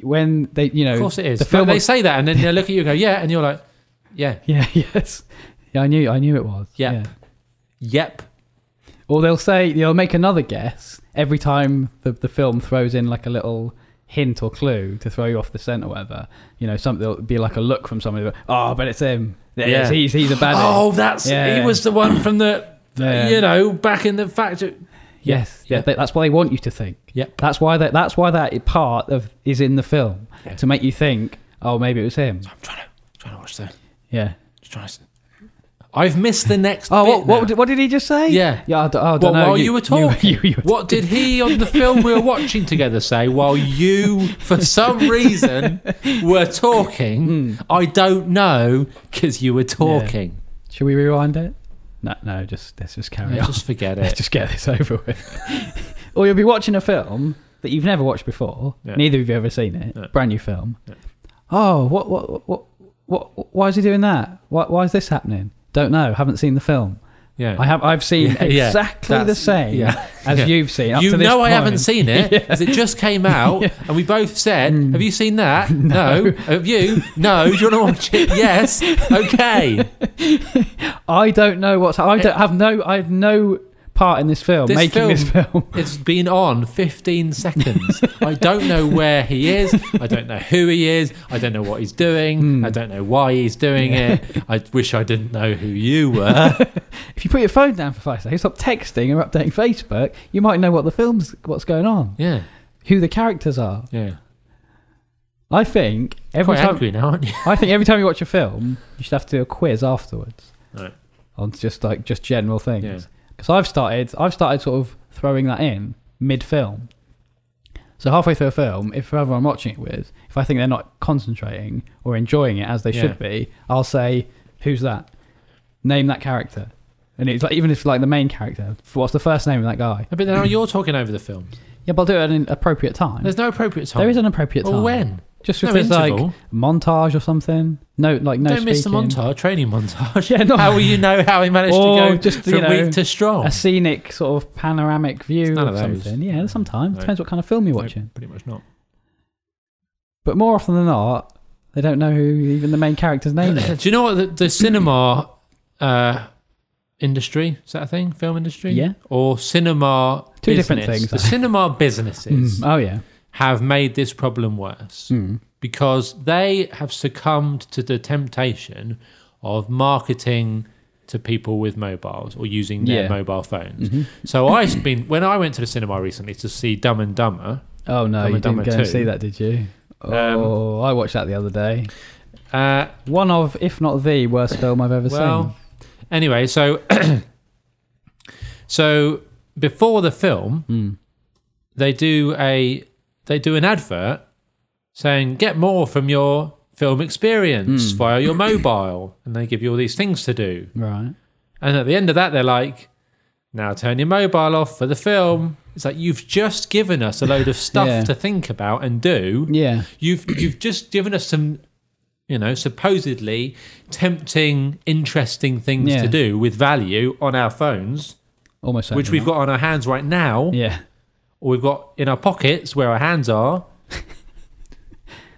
when they, you know, Of course it is. The film Like, they was- say that, and then they look at you and go, "Yeah," and you're like, "Yeah, yeah, yes. Yeah, I knew, I knew it was. Yep. Yeah. yep." Or they'll say they'll make another guess every time the the film throws in like a little hint or clue to throw you off the scent or whatever. You know, something will be like a look from somebody. like, Oh, but it's him. There it Yeah. is. He's he's a bad. Oh, that's Yeah. he was the one from the, Yeah. you know, back in the factory. yes, yeah. yeah. they- that's why they want you to think. Yep. That's why that that's why that part of is in the film to make you think. Oh, maybe it was him. I'm trying to trying to watch that. Yeah. Just trying to. I've missed the next. Oh, bit what what now. did, what did he just say? Yeah. Yeah. I d- oh, I Well, don't know. while you, were talking, you- you were what did he on the film we were watching together say while you, for some reason, were talking? Hmm. I don't know because you were talking. Should we rewind it? No, no. Just let's just carry Yeah, on. Just forget Let's it. just get this over with. or you'll be watching a film that you've never watched before. Yeah. Neither of you ever seen it. Brand new film. Oh, what, what, what, what? Why is he doing that? Why, why is this happening? Don't know. Haven't seen the film. Yeah. I have. I've seen Yeah, yeah. exactly the That's- same yeah. as Yeah. you've seen. Up you to this know I point. haven't seen it because it just came out, and we both said, Hmm. "Have you seen that? No. Have you? No. Do you want to watch it? Yes. Okay. I don't know what's. I don't have no. I have no part in this film, This making film, this film. it's been on 15 seconds. I don't know where he is. I don't know who he is. I don't know what he's doing. Hmm. I don't know why he's doing it. I wish I didn't know who you were. if you put your phone down for five seconds, stop texting or updating Facebook, you might know what the film's what's going on, yeah, who the characters are. yeah. I think every Quite time angry now, aren't you? I think every time you watch a film, you should have to do a quiz afterwards Right. on just like just general Yeah. things. Because I've started, I've started sort of throwing that in mid-film. So halfway through a film, if whoever I'm watching it with, if I think they're not concentrating or enjoying it as they Yeah. should be, I'll say, "Who's that? Name that character." And it's like even if it's like the main character, what's the first name of that guy? But now you're talking over the film. Yeah, but I'll do it at an appropriate time. There's no appropriate time. There is an appropriate Or time. when? Just No if there's like interval. montage or something. No, like no Don't miss the speaking. montage, training montage. Yeah, no. How will you know how he managed Or to go just, from you know, weak to strong? a scenic sort of panoramic view Oh. none of of those. something. Yeah, sometimes No. depends what kind of film you're No, watching. pretty much not. But more often than not, they don't know who even the main character's name is. Do you know what the, the cinema uh, industry is that a thing? Film industry, Yeah. or cinema Two business. different things, The though. cinema businesses Mm, Oh yeah, have made this problem worse because they have succumbed to the temptation of marketing to people with mobiles or using their Yeah. Mm-hmm. mobile phones. So I've been when I went to the cinema recently to see Dumb and Dumber. oh no, Dumb you and Dumber Um, didn't go and 2. see that, did you? Oh, I watched that the other day. Uh, One of, if not the worst film I've ever Well, seen. anyway, so so before the film, Hmm. they do a they do an advert saying get more from your film Hmm. experience via your mobile, and they give you all these things to do. Right. And at the end of that, they're like, now turn your mobile off for the film. It's like you've just given us a load of stuff Yeah. to think about and do Yeah. you've you've just given us some you know supposedly tempting interesting things Yeah. to do with value on our phones Almost. which we've got on our hands right now Yeah. or we've got in our pockets where our hands are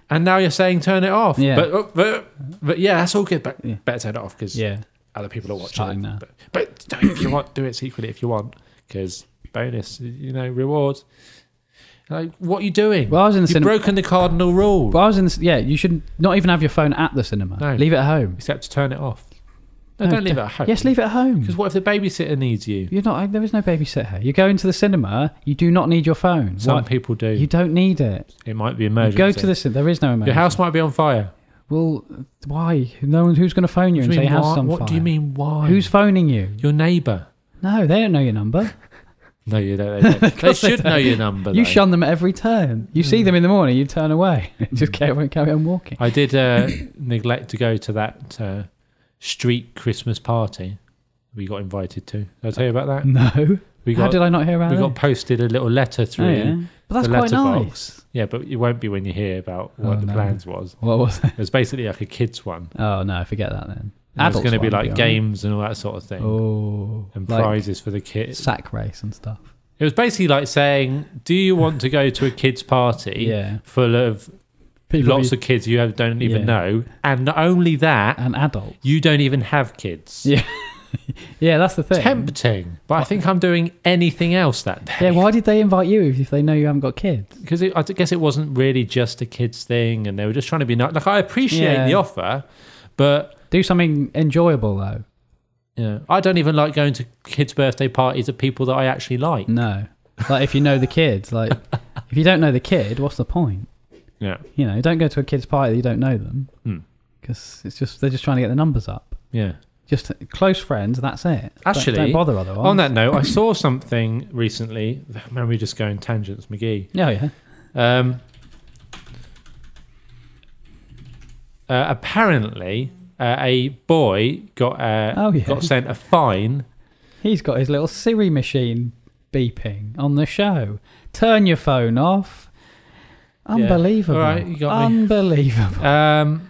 and now you're saying turn it off Yeah. but, oh, but but yeah that's all good but Yeah. better turn it off because Yeah. other people are watching it. Starting now. but, but don't if you want do it secretly if you want because bonus you know reward like what are you doing Well, I was in the you've cinema- broken the cardinal rule But I was in. This, yeah, you should not even have your phone at the cinema. No. Leave it at home. except to turn it off. No, No, don't leave it at home. Yes, leave it at home. Because what if the babysitter needs you? You're not. There is no babysitter. You go into the cinema. You do not need your phone. Some Why- people do. You don't need it. it might be emergency. Go to the cinema. There is no emergency. Your house might be on fire. Well, why? No one. Who's going to phone you What and do say you your mean, house why? on What do you fire? mean? Why? Who's phoning you? your neighbour? No, they don't know your number. No, you don't. They, don't. they course they should know Hmm. don't. your number. you though. shun them at every turn. You see them in the morning, you turn away. Just carry on, carry on walking. I did uh, neglect to go to that uh, street Christmas party we got invited to. Did I tell you about that? No. We Mm. How got, did I not hear about we it? got posted a little letter through. But that's the quite letterbox. nice. Yeah, but it won't be when you hear about what Oh, the no. plans was. What was it? It was basically like a kids one. Oh no, forget that then. It's Adults going to be won't like on. games and all that sort of thing, Oh, and like prizes for the kids. sack race and stuff. It was basically like saying, "Do you want to go to a kids' party Yeah. full of lots you- of kids you have- don't even Yeah. know, and not only that, and adult. you don't even have kids." Yeah. Yeah, that's the thing. Tempting, but I think I'm doing anything else that day. Yeah, why did they invite you if if they know you haven't got kids? because I d- guess it wasn't really just a kids thing, and they were just trying to be nice. Like I appreciate Yeah. the offer, but Do something enjoyable though. you know, I don't even like going to kids' birthday parties of people that I actually like. No, like if you know the kids, like if you don't know the kid, what's the point? Yeah, You know, don't go to a kids' party that you don't know them Hmm. because it's just they're just trying to get the numbers up. yeah. Just close friends, that's it. Don't- Actually, don't, bother otherwise. On that note, I saw something recently. Man, we just going tangents, McGee. yeah, yeah. Um, uh, apparently, uh, a boy got uh, Oh, yeah. got sent a fine. He's got his little Siri machine beeping on the show. Turn your phone off. Unbelievable. All right, you got me. Unbelievable. Um,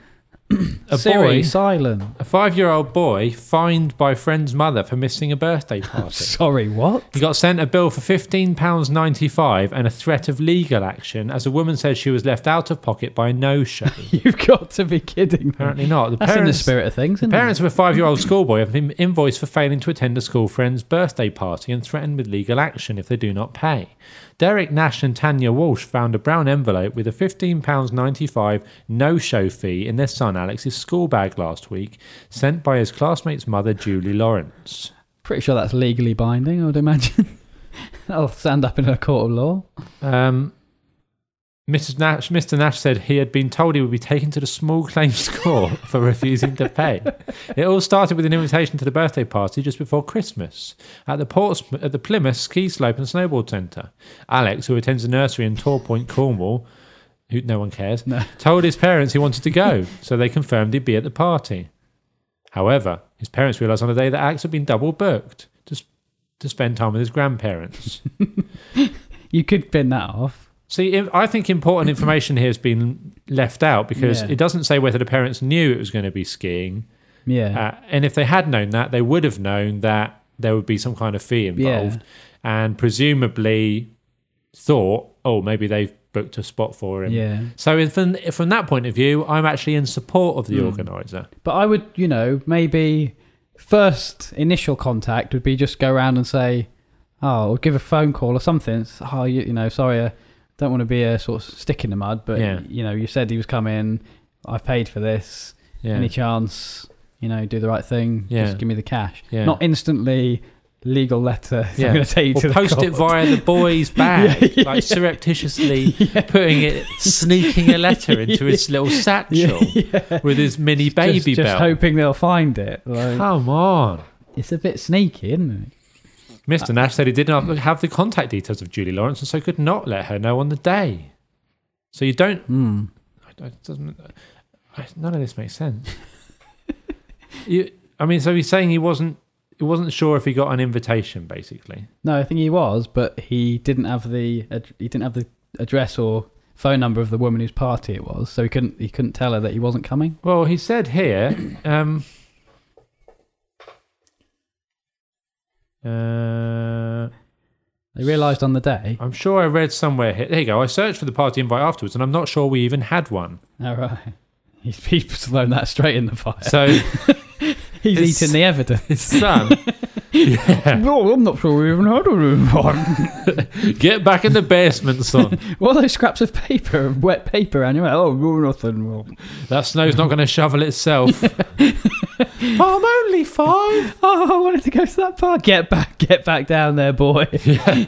a Siri, boy, silent. a five-year-old boy, fined by friend's mother for missing a birthday party. Sorry, what? He got sent a bill for £15.95 and a threat of legal action as a woman said she was left out of pocket by a no show. You've got to be kidding. me. Apparently not. The That's parents, in the spirit of things, isn't Parents of a five year old schoolboy have been invoiced for failing to attend a school friend's birthday party and threatened with legal action if they do not pay. Derek Nash and Tanya Walsh found a brown envelope with a £15.95 no show fee in their son Alex's school bag last week, sent by his classmate's mother, Julie Lawrence. it? Pretty sure that's legally binding, I would imagine. That'll stand up in a court of law. Um, Mrs. Nash, Mr. Nash said he had been told he would be taken to the small claims court for refusing to pay. It all started with an invitation to the birthday party just before Christmas at the Portsmouth, at the Plymouth Ski Slope and Snowboard Centre. Alex, who attends a nursery in Torpoint, Cornwall, who no one cares, told his parents he wanted to go, so they confirmed he'd be at the party. However, his parents realised on the day that Alex had been double booked to, s- to spend time with his grandparents. You could bin that off. See, if- I think important information here has been left out because Yeah. it doesn't say whether the parents knew it was going to be skiing. Yeah. Uh, and if they had known that, they would have known that there would be some kind of fee involved and presumably thought, oh, maybe they've booked a spot for him. Yeah. So, if, from, if from that point of view, I'm actually in support of the Hmm. organiser. But I would, you know, maybe first initial contact would be just go around and say, oh, or give a phone call or something. It's, Oh, you, you know, sorry, I don't want to be a sort of stick in the mud, but, Yeah. you know, you said he was coming. I paid for this. Yeah. Any chance, you know, do the right thing. Yeah. Just give me the cash. Yeah. Not instantly legal letter. I'm going to take you or to the post it court. via the boy's bag, Yeah, like surreptitiously putting it, sneaking a letter into his little satchel with his mini baby just, belt. Just hoping they'll find it. Like, Come on. it's a bit sneaky, isn't Mr. Nash said he did not have the contact details of Julie Lawrence and so could not let her know on the day. So you don't. Hmm. I, I, doesn't, I, none of this makes sense. you, I mean, so he's saying he wasn't. He wasn't sure if he got an invitation, basically. it? No, I think he was, but he didn't have the ad- he didn't have the address or phone number of the woman whose party it was, so he couldn't he couldn't tell her that he wasn't coming. Well, he said here. Um, uh, They realised on the day. I'm sure I read somewhere here. There you go. I searched for the party invite afterwards, and I'm not sure we even had one. All right. He's, he's thrown that straight in the fire. So he's it's- eaten the evidence. his son No, I'm not sure we even heard of one. Get back in the basement, son. what are those scraps of paper, wet paper? And you're like, oh, well, nothing. Well, That snow's not going to shovel itself. I'm only five. oh, I wanted to go to that park. Get back, get back down there, boy.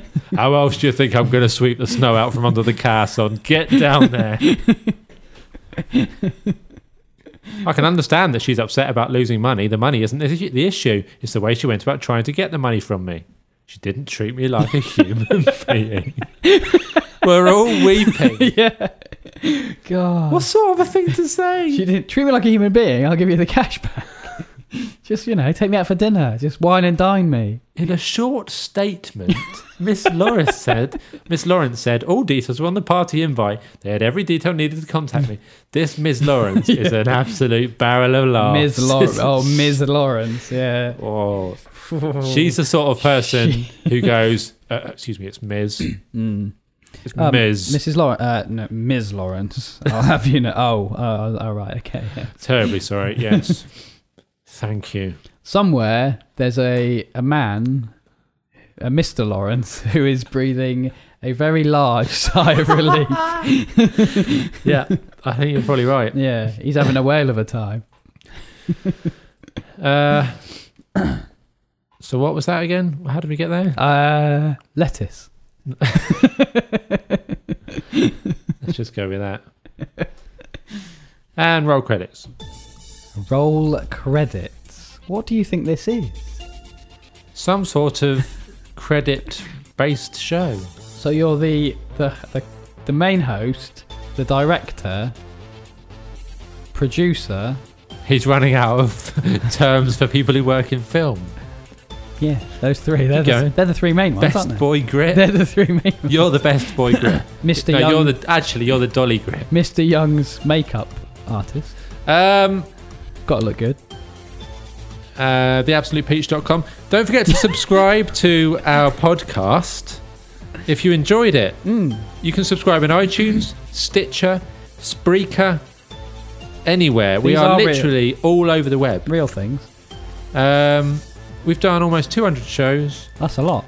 How else do you think I'm going to sweep the snow out from under the car, son? Get down there. I can understand that she's upset about losing money. The money isn't the issue- the issue, it's the way she went about trying to get the money from me. She didn't treat me like a human being. We're all weeping. yeah. God. What sort of a thing to say? She didn't treat me like a human being. I'll give you the cash back. Just you know, take me out for dinner. Just wine and dine me. In a short statement, Miss Lawrence said, Miss Lawrence said, all details were on the party invite. They had every detail needed to contact me. This Miss Lawrence is an absolute barrel of laughs. Ms. Lawrence. oh, Ms. Lawrence. Yeah. Oh. She's the sort of person who goes, uh, excuse me, it's Ms. It's Um, Ms. Mrs. Lawrence. Uh, no, Ms. Lawrence. I'll have you know. Oh, uh, all right. Okay. yeah. Terribly sorry. Yes. Thank you. Somewhere there's a a man, a Mr. Lawrence, who is breathing a very large sigh of relief. Yeah, I think you're probably right. yeah, he's having a whale of a time. Uh, so what was that again? How did we get there? Uh, lettuce. Let's just go with that. And roll credits. Roll credits. What do you think this is? Some sort of credit based show. So you're the the the, the main host, the director, producer. He's running out of terms for people who work in film. Yeah, those three. They're, Keep the, going. they're the three main ones, Best aren't they? boy grip. They're the three main. ones. You're the best boy grip. Mr. no, Young, you're the actually you're the dolly grip. Mr. Young's makeup artist. Um, Got to look good. uh, theabsolutepeach.com. Don't forget to subscribe to our podcast if you enjoyed it. Hmm. You can subscribe in iTunes, Stitcher, Spreaker, anywhere. we These are, are real. literally all over the web. Real things. Um, we've done almost 200 shows. That's a lot.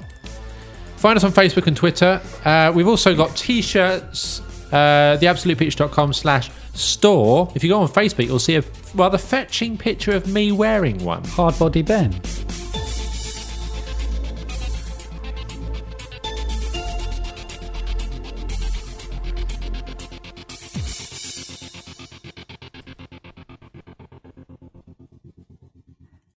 Find us on Facebook and Twitter. Uh, we've also got t-shirts, uh, theabsolutepeach.com slash store. If you go on Facebook, you'll see a rather fetching picture of me wearing one. Hard body Ben.